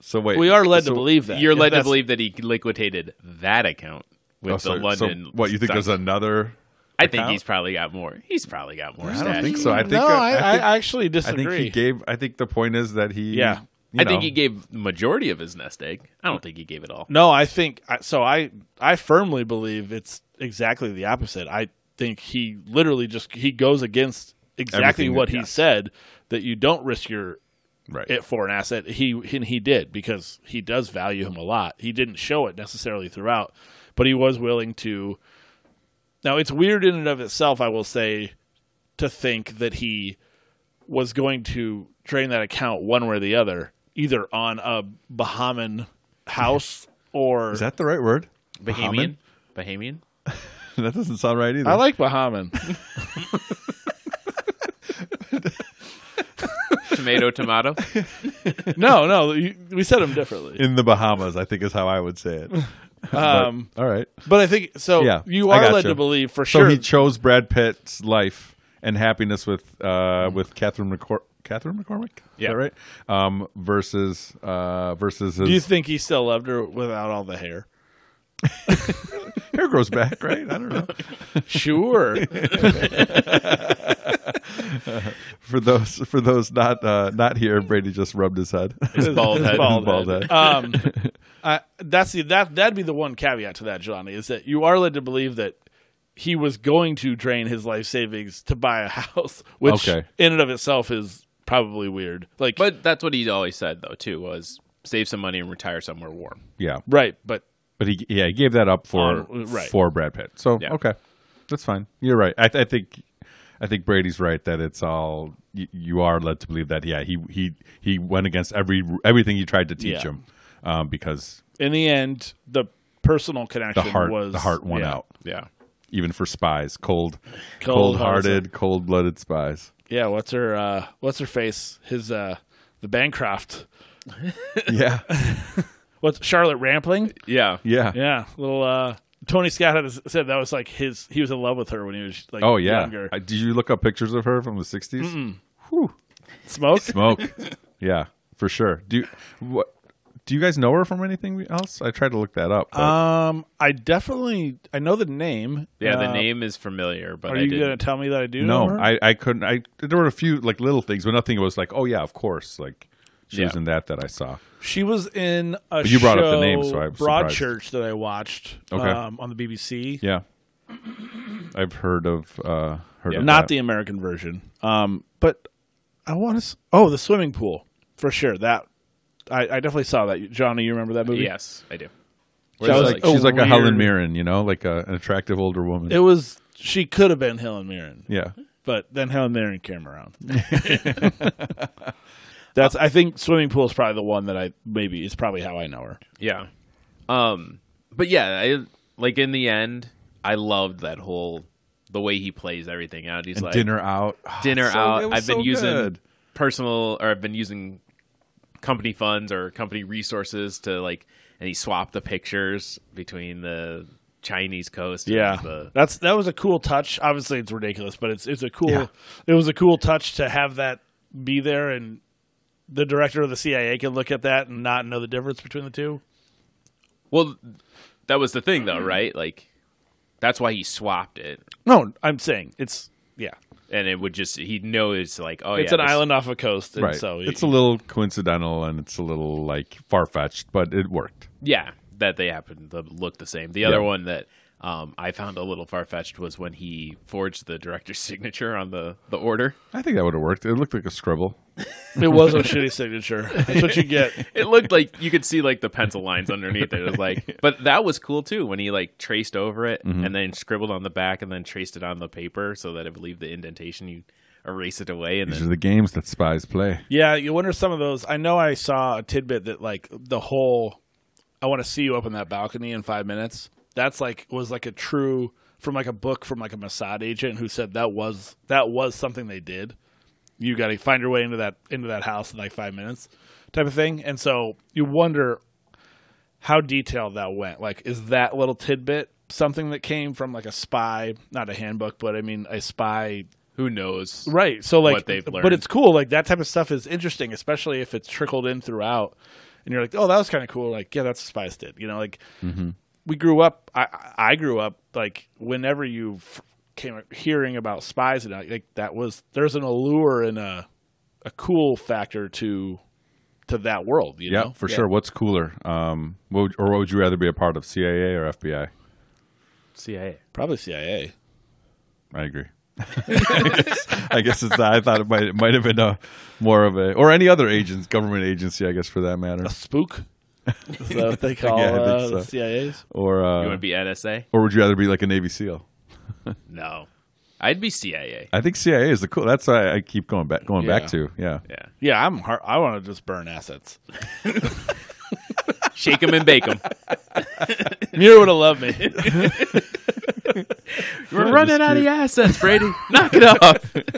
Speaker 1: So wait,
Speaker 2: We are led
Speaker 1: so-
Speaker 2: to believe that
Speaker 3: You're
Speaker 2: If
Speaker 3: led to
Speaker 2: that's-
Speaker 3: believe that he liquidated that account with
Speaker 1: Oh, so-
Speaker 3: the London.
Speaker 1: So what you think
Speaker 3: stock-
Speaker 1: there's another?
Speaker 3: I think he's probably got more. He's probably got more.
Speaker 1: I don't
Speaker 3: stash.
Speaker 1: think so. I think
Speaker 2: no, I, I,
Speaker 1: think,
Speaker 2: actually
Speaker 1: I
Speaker 2: disagree.
Speaker 1: think he gave. I think the point is that he.
Speaker 2: Yeah.
Speaker 1: you
Speaker 3: I
Speaker 1: know,
Speaker 3: think he gave the majority of his nest egg. I don't think he gave it all.
Speaker 2: No, I think I- so. I I firmly believe it's exactly the opposite. I think he literally just he goes against exactly
Speaker 1: Everything
Speaker 2: what
Speaker 1: that-
Speaker 2: he
Speaker 1: yes.
Speaker 2: said that you don't risk your
Speaker 1: right.
Speaker 2: it for an asset. He and he did because he does value him a lot. He didn't show it necessarily throughout, but he was willing to. Now it's weird in and of itself, I will say, to think that he was going to drain that account one way or the other, either on a Bahamian house or
Speaker 1: is that the right word?
Speaker 3: Bahamian, Bahamian.
Speaker 1: Bahamian? that doesn't sound right either.
Speaker 2: I like Bahamian.
Speaker 3: tomato, tomato.
Speaker 2: no, no, you- we said them differently.
Speaker 1: in the Bahamas. I think is how I would say it. But-
Speaker 2: Um,
Speaker 1: all right.
Speaker 2: but I think so.
Speaker 1: Yeah,
Speaker 2: you
Speaker 1: I
Speaker 2: are
Speaker 1: gotcha.
Speaker 2: led to believe for
Speaker 1: So
Speaker 2: sure.
Speaker 1: he chose Brad Pitt's life and happiness with uh, with Catherine McCor- Catherine McCormick.
Speaker 3: Yeah.
Speaker 1: is that right. Um, versus uh, versus his
Speaker 2: Do you think he still loved her without all the hair?
Speaker 1: hair grows back, right? I don't know.
Speaker 2: Sure.
Speaker 1: For those for those not uh, not here, Brady just rubbed his head.
Speaker 3: His bald head.
Speaker 2: bald
Speaker 1: Bald head.
Speaker 2: um, I, that's the that that'd be the one caveat to that, Johnny, is that you are led to believe that he was going to drain his life savings to buy a house, which
Speaker 1: Okay.
Speaker 2: in and of itself is probably weird. Like,
Speaker 3: But that's what he always said though too was save some money and retire somewhere warm.
Speaker 1: yeah,
Speaker 2: right, but
Speaker 1: but he yeah he gave that up for
Speaker 2: On- uh, right.
Speaker 1: for Brad Pitt. So
Speaker 3: Yeah.
Speaker 1: okay, that's fine. You're right. I, th- I think I think Brady's right that it's all y- you are led to believe that yeah he he he went against every everything you tried to teach
Speaker 2: Yeah.
Speaker 1: him um, because
Speaker 2: in the end, the personal
Speaker 1: the
Speaker 2: connection
Speaker 1: heart
Speaker 2: was
Speaker 1: the heart won
Speaker 2: yeah.
Speaker 1: out
Speaker 3: Yeah.
Speaker 1: even for spies cold cold
Speaker 2: Cold-hearted.
Speaker 1: hearted cold blooded spies.
Speaker 2: Yeah, what's her uh, what's her face? His uh, the Bancroft.
Speaker 1: Yeah,
Speaker 2: What's Charlotte Rampling?
Speaker 3: Yeah.
Speaker 1: yeah.
Speaker 2: Yeah, little uh, Tony Scott had said that was like his. He was in love with her when he was like
Speaker 1: Oh yeah.
Speaker 2: younger.
Speaker 1: Uh, Did you look up pictures of her from the '60s? Whew.
Speaker 2: Smoke.
Speaker 1: Smoke. yeah, for sure. Do you, what? Do you guys know her from anything else? I tried to look that up. but-
Speaker 2: Um, I definitely I know the name.
Speaker 3: Yeah, the
Speaker 2: Uh,
Speaker 3: name is familiar, but
Speaker 2: Are
Speaker 3: I
Speaker 2: you
Speaker 3: didn't.
Speaker 2: gonna tell me that I do?
Speaker 1: no,
Speaker 2: know her?
Speaker 1: I, I couldn't. I there were a few like little things, but nothing was like, oh yeah, of course. Like she was
Speaker 3: Yeah.
Speaker 1: in that that I saw.
Speaker 2: She was in a
Speaker 1: you brought up the
Speaker 2: show,
Speaker 1: name, so I was surprised.
Speaker 2: Broadchurch that I watched.
Speaker 1: Okay.
Speaker 2: Um, on the BBC.
Speaker 1: Yeah, I've heard of uh heard of
Speaker 2: Not
Speaker 1: that.
Speaker 2: the American version. Um, but I want to. Oh, the swimming pool for sure. That I, I definitely saw that. Johnny, you remember that movie?
Speaker 3: Yes, I do.
Speaker 1: She's
Speaker 2: That was
Speaker 1: like,
Speaker 2: like a
Speaker 1: she's like a
Speaker 2: weird-
Speaker 1: Helen Mirren, you know, like a, an attractive older woman.
Speaker 2: It was. She could have been Helen Mirren.
Speaker 1: yeah,
Speaker 2: but then Helen Mirren came around. That's I think swimming pool is probably the one that I maybe is probably how I know her.
Speaker 3: Yeah. Um but yeah, I like in the end, I loved that whole the way he plays everything out. He's
Speaker 1: and
Speaker 3: like
Speaker 1: dinner out, Oh, so-
Speaker 3: dinner
Speaker 1: it
Speaker 3: out.
Speaker 1: was
Speaker 3: I've been
Speaker 1: so
Speaker 3: using
Speaker 1: good.
Speaker 3: personal or I've been using company funds or company resources to like and he swapped the pictures between the Chinese coast and the
Speaker 2: that's that was a cool touch. Obviously, it's ridiculous, but it's it's a cool.
Speaker 1: Yeah.
Speaker 2: It was a cool touch to have that be there, and the director of the CIA can look at that and not know the difference between the two.
Speaker 3: Well, that was the thing, though, right? Like, that's why he swapped it,
Speaker 2: No, I'm saying it's yeah,
Speaker 3: and it would just he knows like, oh,
Speaker 2: it's
Speaker 3: yeah,
Speaker 2: an
Speaker 3: this-
Speaker 2: island off a coast, and
Speaker 1: right?
Speaker 2: so
Speaker 1: it's a little coincidental and it's a little like far fetched, but it worked.
Speaker 3: yeah, that they happen to look the same. The other
Speaker 1: Yeah.
Speaker 3: one that um, I found a little far fetched was when he forged the director's signature on the the order.
Speaker 1: I think that would have worked. It looked like a scribble.
Speaker 2: it was a shitty signature. That's what you get.
Speaker 3: It looked like you could see like the pencil lines underneath it. It was like, but that was cool too when he like traced over it and then scribbled on the back and then traced it on the paper so that it would leave the indentation. You erase it away and
Speaker 1: These
Speaker 3: then
Speaker 1: are the games that spies play.
Speaker 2: Yeah, you wonder some of those. I know I saw a tidbit that like the whole I want to see you up on that balcony in 5 minutes. That's like was like a true from like a book from like a Mossad agent who said that was that was something they did. You got to find your way into that into that house in like 5 minutes type of thing. And so you wonder how detailed that went. Like is that little tidbit something that came from like a spy, not a handbook, but I mean a spy
Speaker 3: who knows?
Speaker 2: Right. So like
Speaker 3: what they've
Speaker 2: But
Speaker 3: learned.
Speaker 2: it's cool. Like that type of stuff is interesting, especially if it's trickled in throughout. And you're like, oh, that was kind of cool. Like, yeah, that's what Spice
Speaker 1: Mm-hmm.
Speaker 2: did. You know, like we grew up. I I grew up like whenever you f- came hearing about spies and I, like that was there's an allure and a a cool factor to to that world. You
Speaker 1: yeah,
Speaker 2: know,
Speaker 1: for sure. What's cooler? Um, what would, or what would you rather be a part of, CIA or FBI?
Speaker 3: CIA.
Speaker 2: probably CIA.
Speaker 1: I agree. I guess it's. I thought it might it might have been a more of a or any other agents, government agency, I guess for that matter,
Speaker 2: A spook. Is that what they call
Speaker 1: Yeah, I think
Speaker 2: uh,
Speaker 1: so.
Speaker 2: the CIA's?
Speaker 1: or
Speaker 3: You
Speaker 1: uh,
Speaker 3: want to be NSA?
Speaker 1: or would you rather be like a Navy SEAL?
Speaker 3: No, I'd be CIA.
Speaker 1: I think CIA is the cool. That's why I keep going back going
Speaker 2: Yeah.
Speaker 1: back to. Yeah,
Speaker 3: Yeah,
Speaker 2: Yeah, I'm. Hard, I want to just burn assets.
Speaker 3: shake them and bake them.
Speaker 2: Muir would have loved me.
Speaker 3: We're
Speaker 1: Yeah,
Speaker 3: running
Speaker 1: just
Speaker 3: out of
Speaker 1: keep-
Speaker 3: assets, Brady. Knock it off.
Speaker 1: but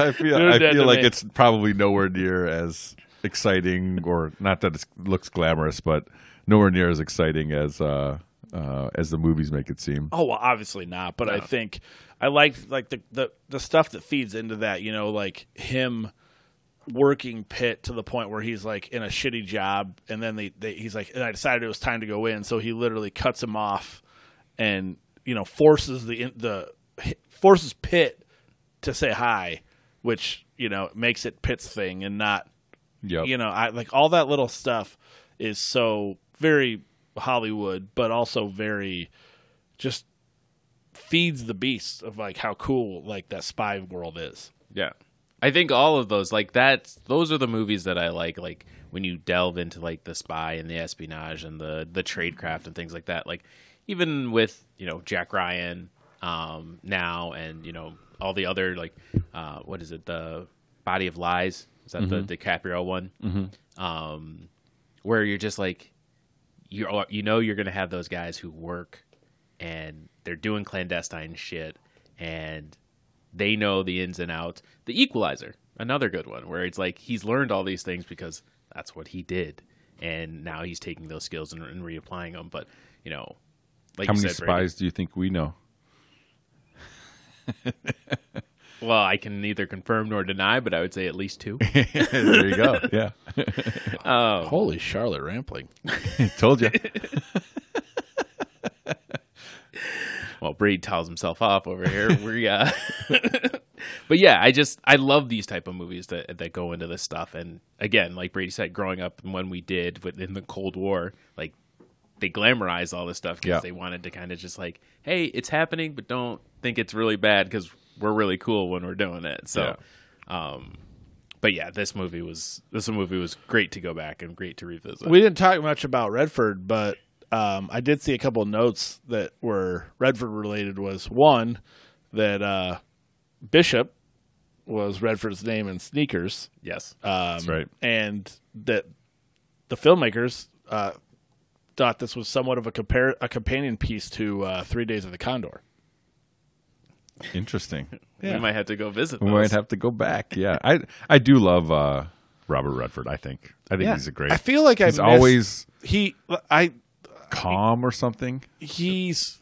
Speaker 1: I feel
Speaker 2: You're
Speaker 1: I
Speaker 2: dead
Speaker 1: feel
Speaker 2: to
Speaker 1: like
Speaker 2: me.
Speaker 1: it's probably nowhere near as exciting, or not that it looks glamorous, but nowhere near as exciting as uh, uh, as the movies make it seem.
Speaker 2: Oh, well, obviously not. But I
Speaker 3: No.
Speaker 2: think I liked like the, the the stuff that feeds into that. You know, like him working Pitt to the point where he's like in a shitty job, and then they, they he's like, and I decided it was time to go in, so he literally cuts him off, and you know forces the the forces Pitt to say hi, which you know makes it Pitt's thing and not
Speaker 1: Yep.
Speaker 2: you know, I like all that little stuff is so very Hollywood, but also very just feeds the beast of like how cool like that spy world is.
Speaker 3: Yeah. I think all of those, like that's those are the movies that I like. Like when you delve into like the spy and the espionage and the the tradecraft and things like that. Like even with you know Jack Ryan um, now and you know all the other like uh, what is it the Body of Lies is that the DiCaprio one um, where you're just like you are you know you're gonna have those guys who work and they're doing clandestine shit and they know the ins and outs. The Equalizer, another good one, where it's like he's learned all these things because that's what he did, and now he's taking those skills and, and reapplying them. But you know, like
Speaker 1: How
Speaker 3: you
Speaker 1: many
Speaker 3: said, Brady,
Speaker 1: spies do you think we know?
Speaker 3: well, I can neither confirm nor deny, but I would say at least two.
Speaker 1: there you go. Yeah,
Speaker 2: Holy Charlotte Rampling.
Speaker 1: told you.
Speaker 3: well, Brady tells himself off over here. We, uh, but yeah, I just I love these type of movies that that go into this stuff. And again, like Brady said, growing up and when we did in the Cold War, like they glamorized all this stuff because
Speaker 1: Yeah.
Speaker 3: they wanted to kind of just like, hey, it's happening, but don't think it's really bad because we're really cool when we're doing it. So.
Speaker 1: Yeah.
Speaker 3: um but yeah, this movie was this movie was great to go back and great to revisit.
Speaker 2: We didn't talk much about Redford, but um, I did see a couple of notes that were Redford related. Was one that uh, Bishop was Redford's name in sneakers.
Speaker 3: yes,
Speaker 2: Um,
Speaker 1: right.
Speaker 2: And that the filmmakers uh, thought this was somewhat of a compare a companion piece to uh, Three Days of the Condor.
Speaker 1: Interesting.
Speaker 2: yeah.
Speaker 3: we might have to go visit.
Speaker 1: We
Speaker 3: those.
Speaker 1: might have to go back. Yeah, I I do love uh, Robert Redford. I think I think he's a great.
Speaker 2: I feel like I
Speaker 1: he's
Speaker 2: missed-
Speaker 1: always
Speaker 2: he I
Speaker 1: calm or something.
Speaker 2: he's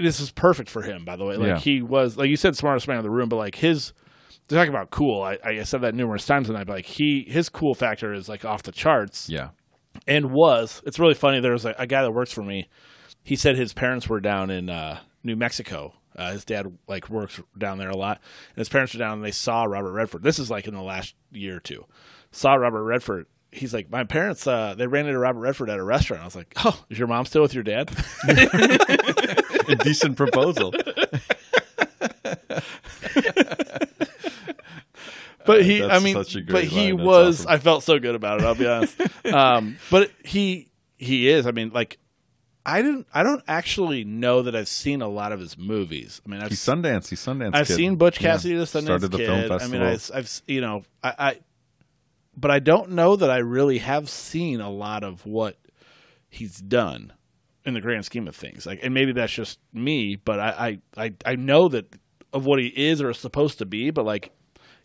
Speaker 2: this is perfect for him. By the way, like
Speaker 1: Yeah.
Speaker 2: he was like you said, smartest man in the room, but like his. They're talking about cool. I, I said that numerous times tonight, but like he, his cool factor is like off the charts.
Speaker 1: Yeah.
Speaker 2: and was. It's really funny. There was a, a guy that works for me. He said his parents were down in uh, New Mexico. Uh, his dad like works down there a lot, and his parents were down. and They saw Robert Redford. This is like in the last year or two. Saw Robert Redford. He's like, my parents. Uh, they ran into Robert Redford at a restaurant. I was like, oh, is your mom still with your dad?
Speaker 1: a decent proposal.
Speaker 2: but he,
Speaker 1: Uh, that's
Speaker 2: I mean,
Speaker 1: such a great
Speaker 2: but he
Speaker 1: line. That's
Speaker 2: was.
Speaker 1: awesome.
Speaker 2: I felt so good about it. I'll be honest. um, but he, he is. I mean, like, I didn't. I don't actually know that I've seen a lot of his movies. I mean, I've
Speaker 1: He's Sundance. He's Sundance.
Speaker 2: I've
Speaker 1: kid.
Speaker 2: seen Butch
Speaker 1: Yeah.
Speaker 2: Cassidy the Sundance
Speaker 1: Started the
Speaker 2: Kid.
Speaker 1: film
Speaker 2: I mean,
Speaker 1: festival.
Speaker 2: I, have you know, I, I, but I don't know that I really have seen a lot of what he's done in the grand scheme of things. Like, and maybe that's just me, but I, I, I, I know that of what he is or is supposed to be, but like,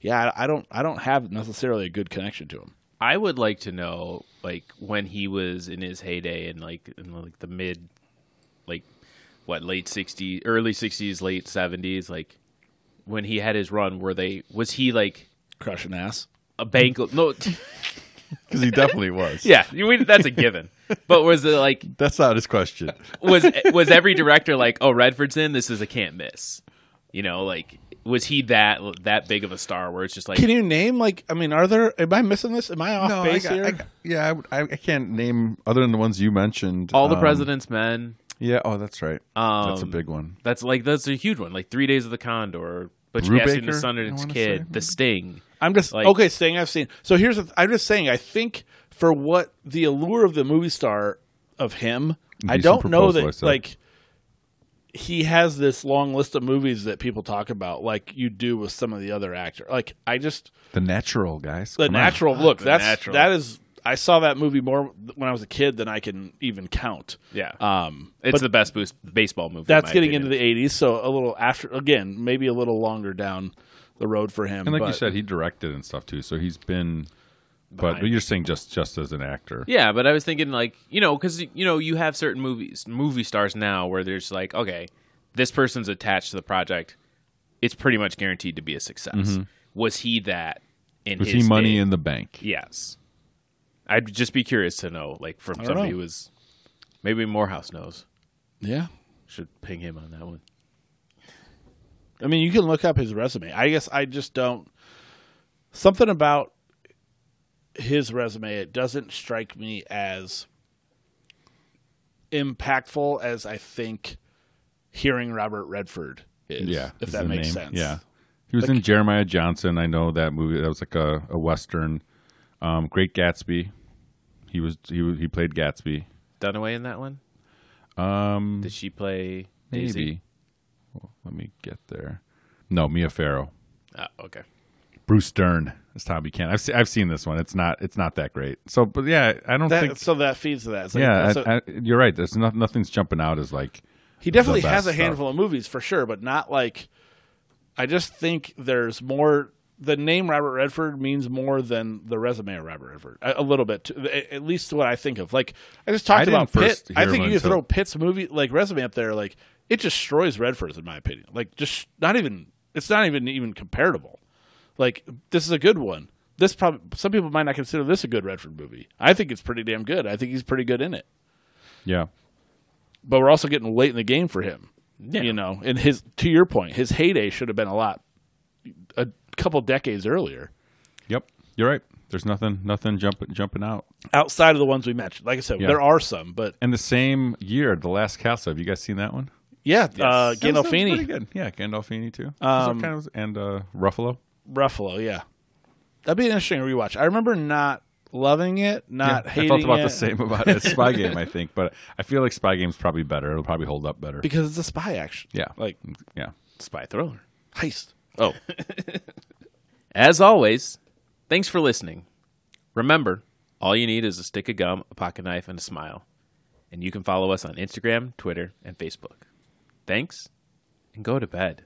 Speaker 2: yeah, I, I don't, I don't have necessarily a good connection to him.
Speaker 3: I would like to know like when he was in his heyday in like in like the mid like what late 60s early 60s late 70s like when he had his run were they was he like
Speaker 2: Crushing ass.
Speaker 3: a bank no
Speaker 1: because he definitely was.
Speaker 3: yeah we, that's a given but was it like
Speaker 1: That's not his question.
Speaker 3: was was every director like, oh, Redford's in. This is a can't miss. You know, like was he that that big of a star where it's just like
Speaker 2: Can you name like? I mean, are there? Am I missing this? Am I off
Speaker 1: I
Speaker 2: base
Speaker 1: got-
Speaker 2: here?
Speaker 1: I got- yeah, I would- I, I can't name other than the ones you mentioned.
Speaker 3: all the
Speaker 1: um,
Speaker 3: President's Men?
Speaker 1: Yeah. Oh, that's right.
Speaker 3: Um,
Speaker 1: that's a big one.
Speaker 3: That's like that's a huge one. Like Three Days of the Condor, But you in the
Speaker 1: Brubaker,
Speaker 3: Sun
Speaker 1: I
Speaker 3: and Its
Speaker 1: wanna
Speaker 3: Kid,
Speaker 1: say.
Speaker 3: The Sting.
Speaker 2: I'm just
Speaker 3: Like-
Speaker 2: okay. Saying I've seen. So here's. The, I'm just saying. I think for what the allure of the movie star of him, I
Speaker 1: Decent
Speaker 2: don't know
Speaker 1: proposal, I
Speaker 2: that
Speaker 1: said.
Speaker 2: like he has this long list of movies that people talk about, like you do with some of the other actor. Like I just
Speaker 1: The Natural, guys.
Speaker 2: the
Speaker 1: Come on.
Speaker 2: natural look.
Speaker 3: The
Speaker 2: that's
Speaker 3: Natural.
Speaker 2: that is. I saw that movie more when I was a kid than I can even count.
Speaker 3: Yeah,
Speaker 2: Um,
Speaker 3: it's the best boost baseball movie. in
Speaker 2: that's
Speaker 3: my
Speaker 2: getting
Speaker 3: opinion.
Speaker 2: into the 80s, so a little after again, maybe a little longer down the road for him.
Speaker 1: And like you
Speaker 2: but-
Speaker 1: said, he directed and stuff too, so he's been. But, but
Speaker 3: Behind.
Speaker 1: you're saying just just as an actor.
Speaker 3: Yeah, but I was thinking like you know because you know you have certain movies movie stars now where there's like okay this person's attached to the project, it's pretty much guaranteed to be a success. Was he that? In
Speaker 1: Was
Speaker 3: his
Speaker 1: he money
Speaker 3: day?
Speaker 1: in the bank?
Speaker 3: Yes. I'd just be curious to know, like from
Speaker 2: don't
Speaker 3: somebody
Speaker 2: know.
Speaker 3: who was maybe Morehouse knows.
Speaker 2: yeah.
Speaker 3: Should ping him on that one.
Speaker 2: I mean, you can look up his resume. I guess I just don't something about his resume it doesn't strike me as impactful as I think hearing Robert Redford is.
Speaker 1: Yeah,
Speaker 2: if
Speaker 1: is
Speaker 2: that
Speaker 1: the
Speaker 2: makes
Speaker 1: name.
Speaker 2: sense.
Speaker 1: Yeah, he was in Jeremiah Johnson. I know that movie. That was like a, a western. Um, Great Gatsby. He was he was- he played Gatsby.
Speaker 3: Dunaway in that one?
Speaker 1: Um,
Speaker 3: Did she play
Speaker 1: maybe.
Speaker 3: Daisy?
Speaker 1: Well, let me get there. No, Mia Farrow.
Speaker 3: Ah, okay.
Speaker 1: Bruce Dern is Tommy Kent. I've se- I've seen this one. It's not it's not that great. So, but yeah, I don't
Speaker 2: That,
Speaker 1: think.
Speaker 2: so that feeds to that. It's like-
Speaker 1: yeah,
Speaker 2: that's a-
Speaker 1: I, I, you're right. There's not, nothing's jumping out as like
Speaker 2: He definitely
Speaker 1: the
Speaker 2: has
Speaker 1: best
Speaker 2: a handful of movies for sure, but not like. I just think there's more. The name Robert Redford means more than the resume of Robert Redford. A, a little bit, to, a- at least what I think of. Like I just
Speaker 1: I
Speaker 2: talked
Speaker 1: didn't
Speaker 2: about Pitt.
Speaker 1: first
Speaker 2: I
Speaker 1: hear
Speaker 2: think
Speaker 1: him
Speaker 2: you
Speaker 1: until-
Speaker 2: throw Pitt's movie like resume up there, like it destroys Redford's in my opinion. Like just not even. It's not even even comparable. Like this is a good one. This probably some people might not consider this a good Redford movie. I think it's pretty damn good. I think he's pretty good in it
Speaker 1: yeah.
Speaker 2: but we're also getting late in the game for him.
Speaker 3: Yeah.
Speaker 2: You know, and his to your point, his heyday should have been a lot a couple decades earlier.
Speaker 1: Yep, you're right. There's nothing nothing jumping jumping out.
Speaker 2: Outside of the ones we mentioned. Like I said,
Speaker 1: Yeah.
Speaker 2: there are some, but
Speaker 1: And the same year, The Last Castle. Have you guys seen that one?
Speaker 2: yeah, uh
Speaker 1: That was- that was pretty
Speaker 2: Gandolfini,
Speaker 1: good. Yeah, Gandolfini too. Those are kind of- and uh, Ruffalo.
Speaker 2: Ruffalo, yeah. That'd be an interesting rewatch. I remember not loving it, not
Speaker 1: I
Speaker 2: hating
Speaker 1: felt about
Speaker 2: it,
Speaker 1: the same about it. as Spy Game, I think, but I feel like Spy Game's probably better. It'll probably hold up better.
Speaker 2: because it's a spy action.
Speaker 1: yeah,
Speaker 2: Like
Speaker 1: yeah.
Speaker 3: Spy thriller.
Speaker 2: heist.
Speaker 3: Oh. As always, thanks for listening. Remember, all you need is a stick of gum, a pocket knife, and a smile. And you can follow us on Instagram, Twitter, and Facebook. Thanks, and go to bed.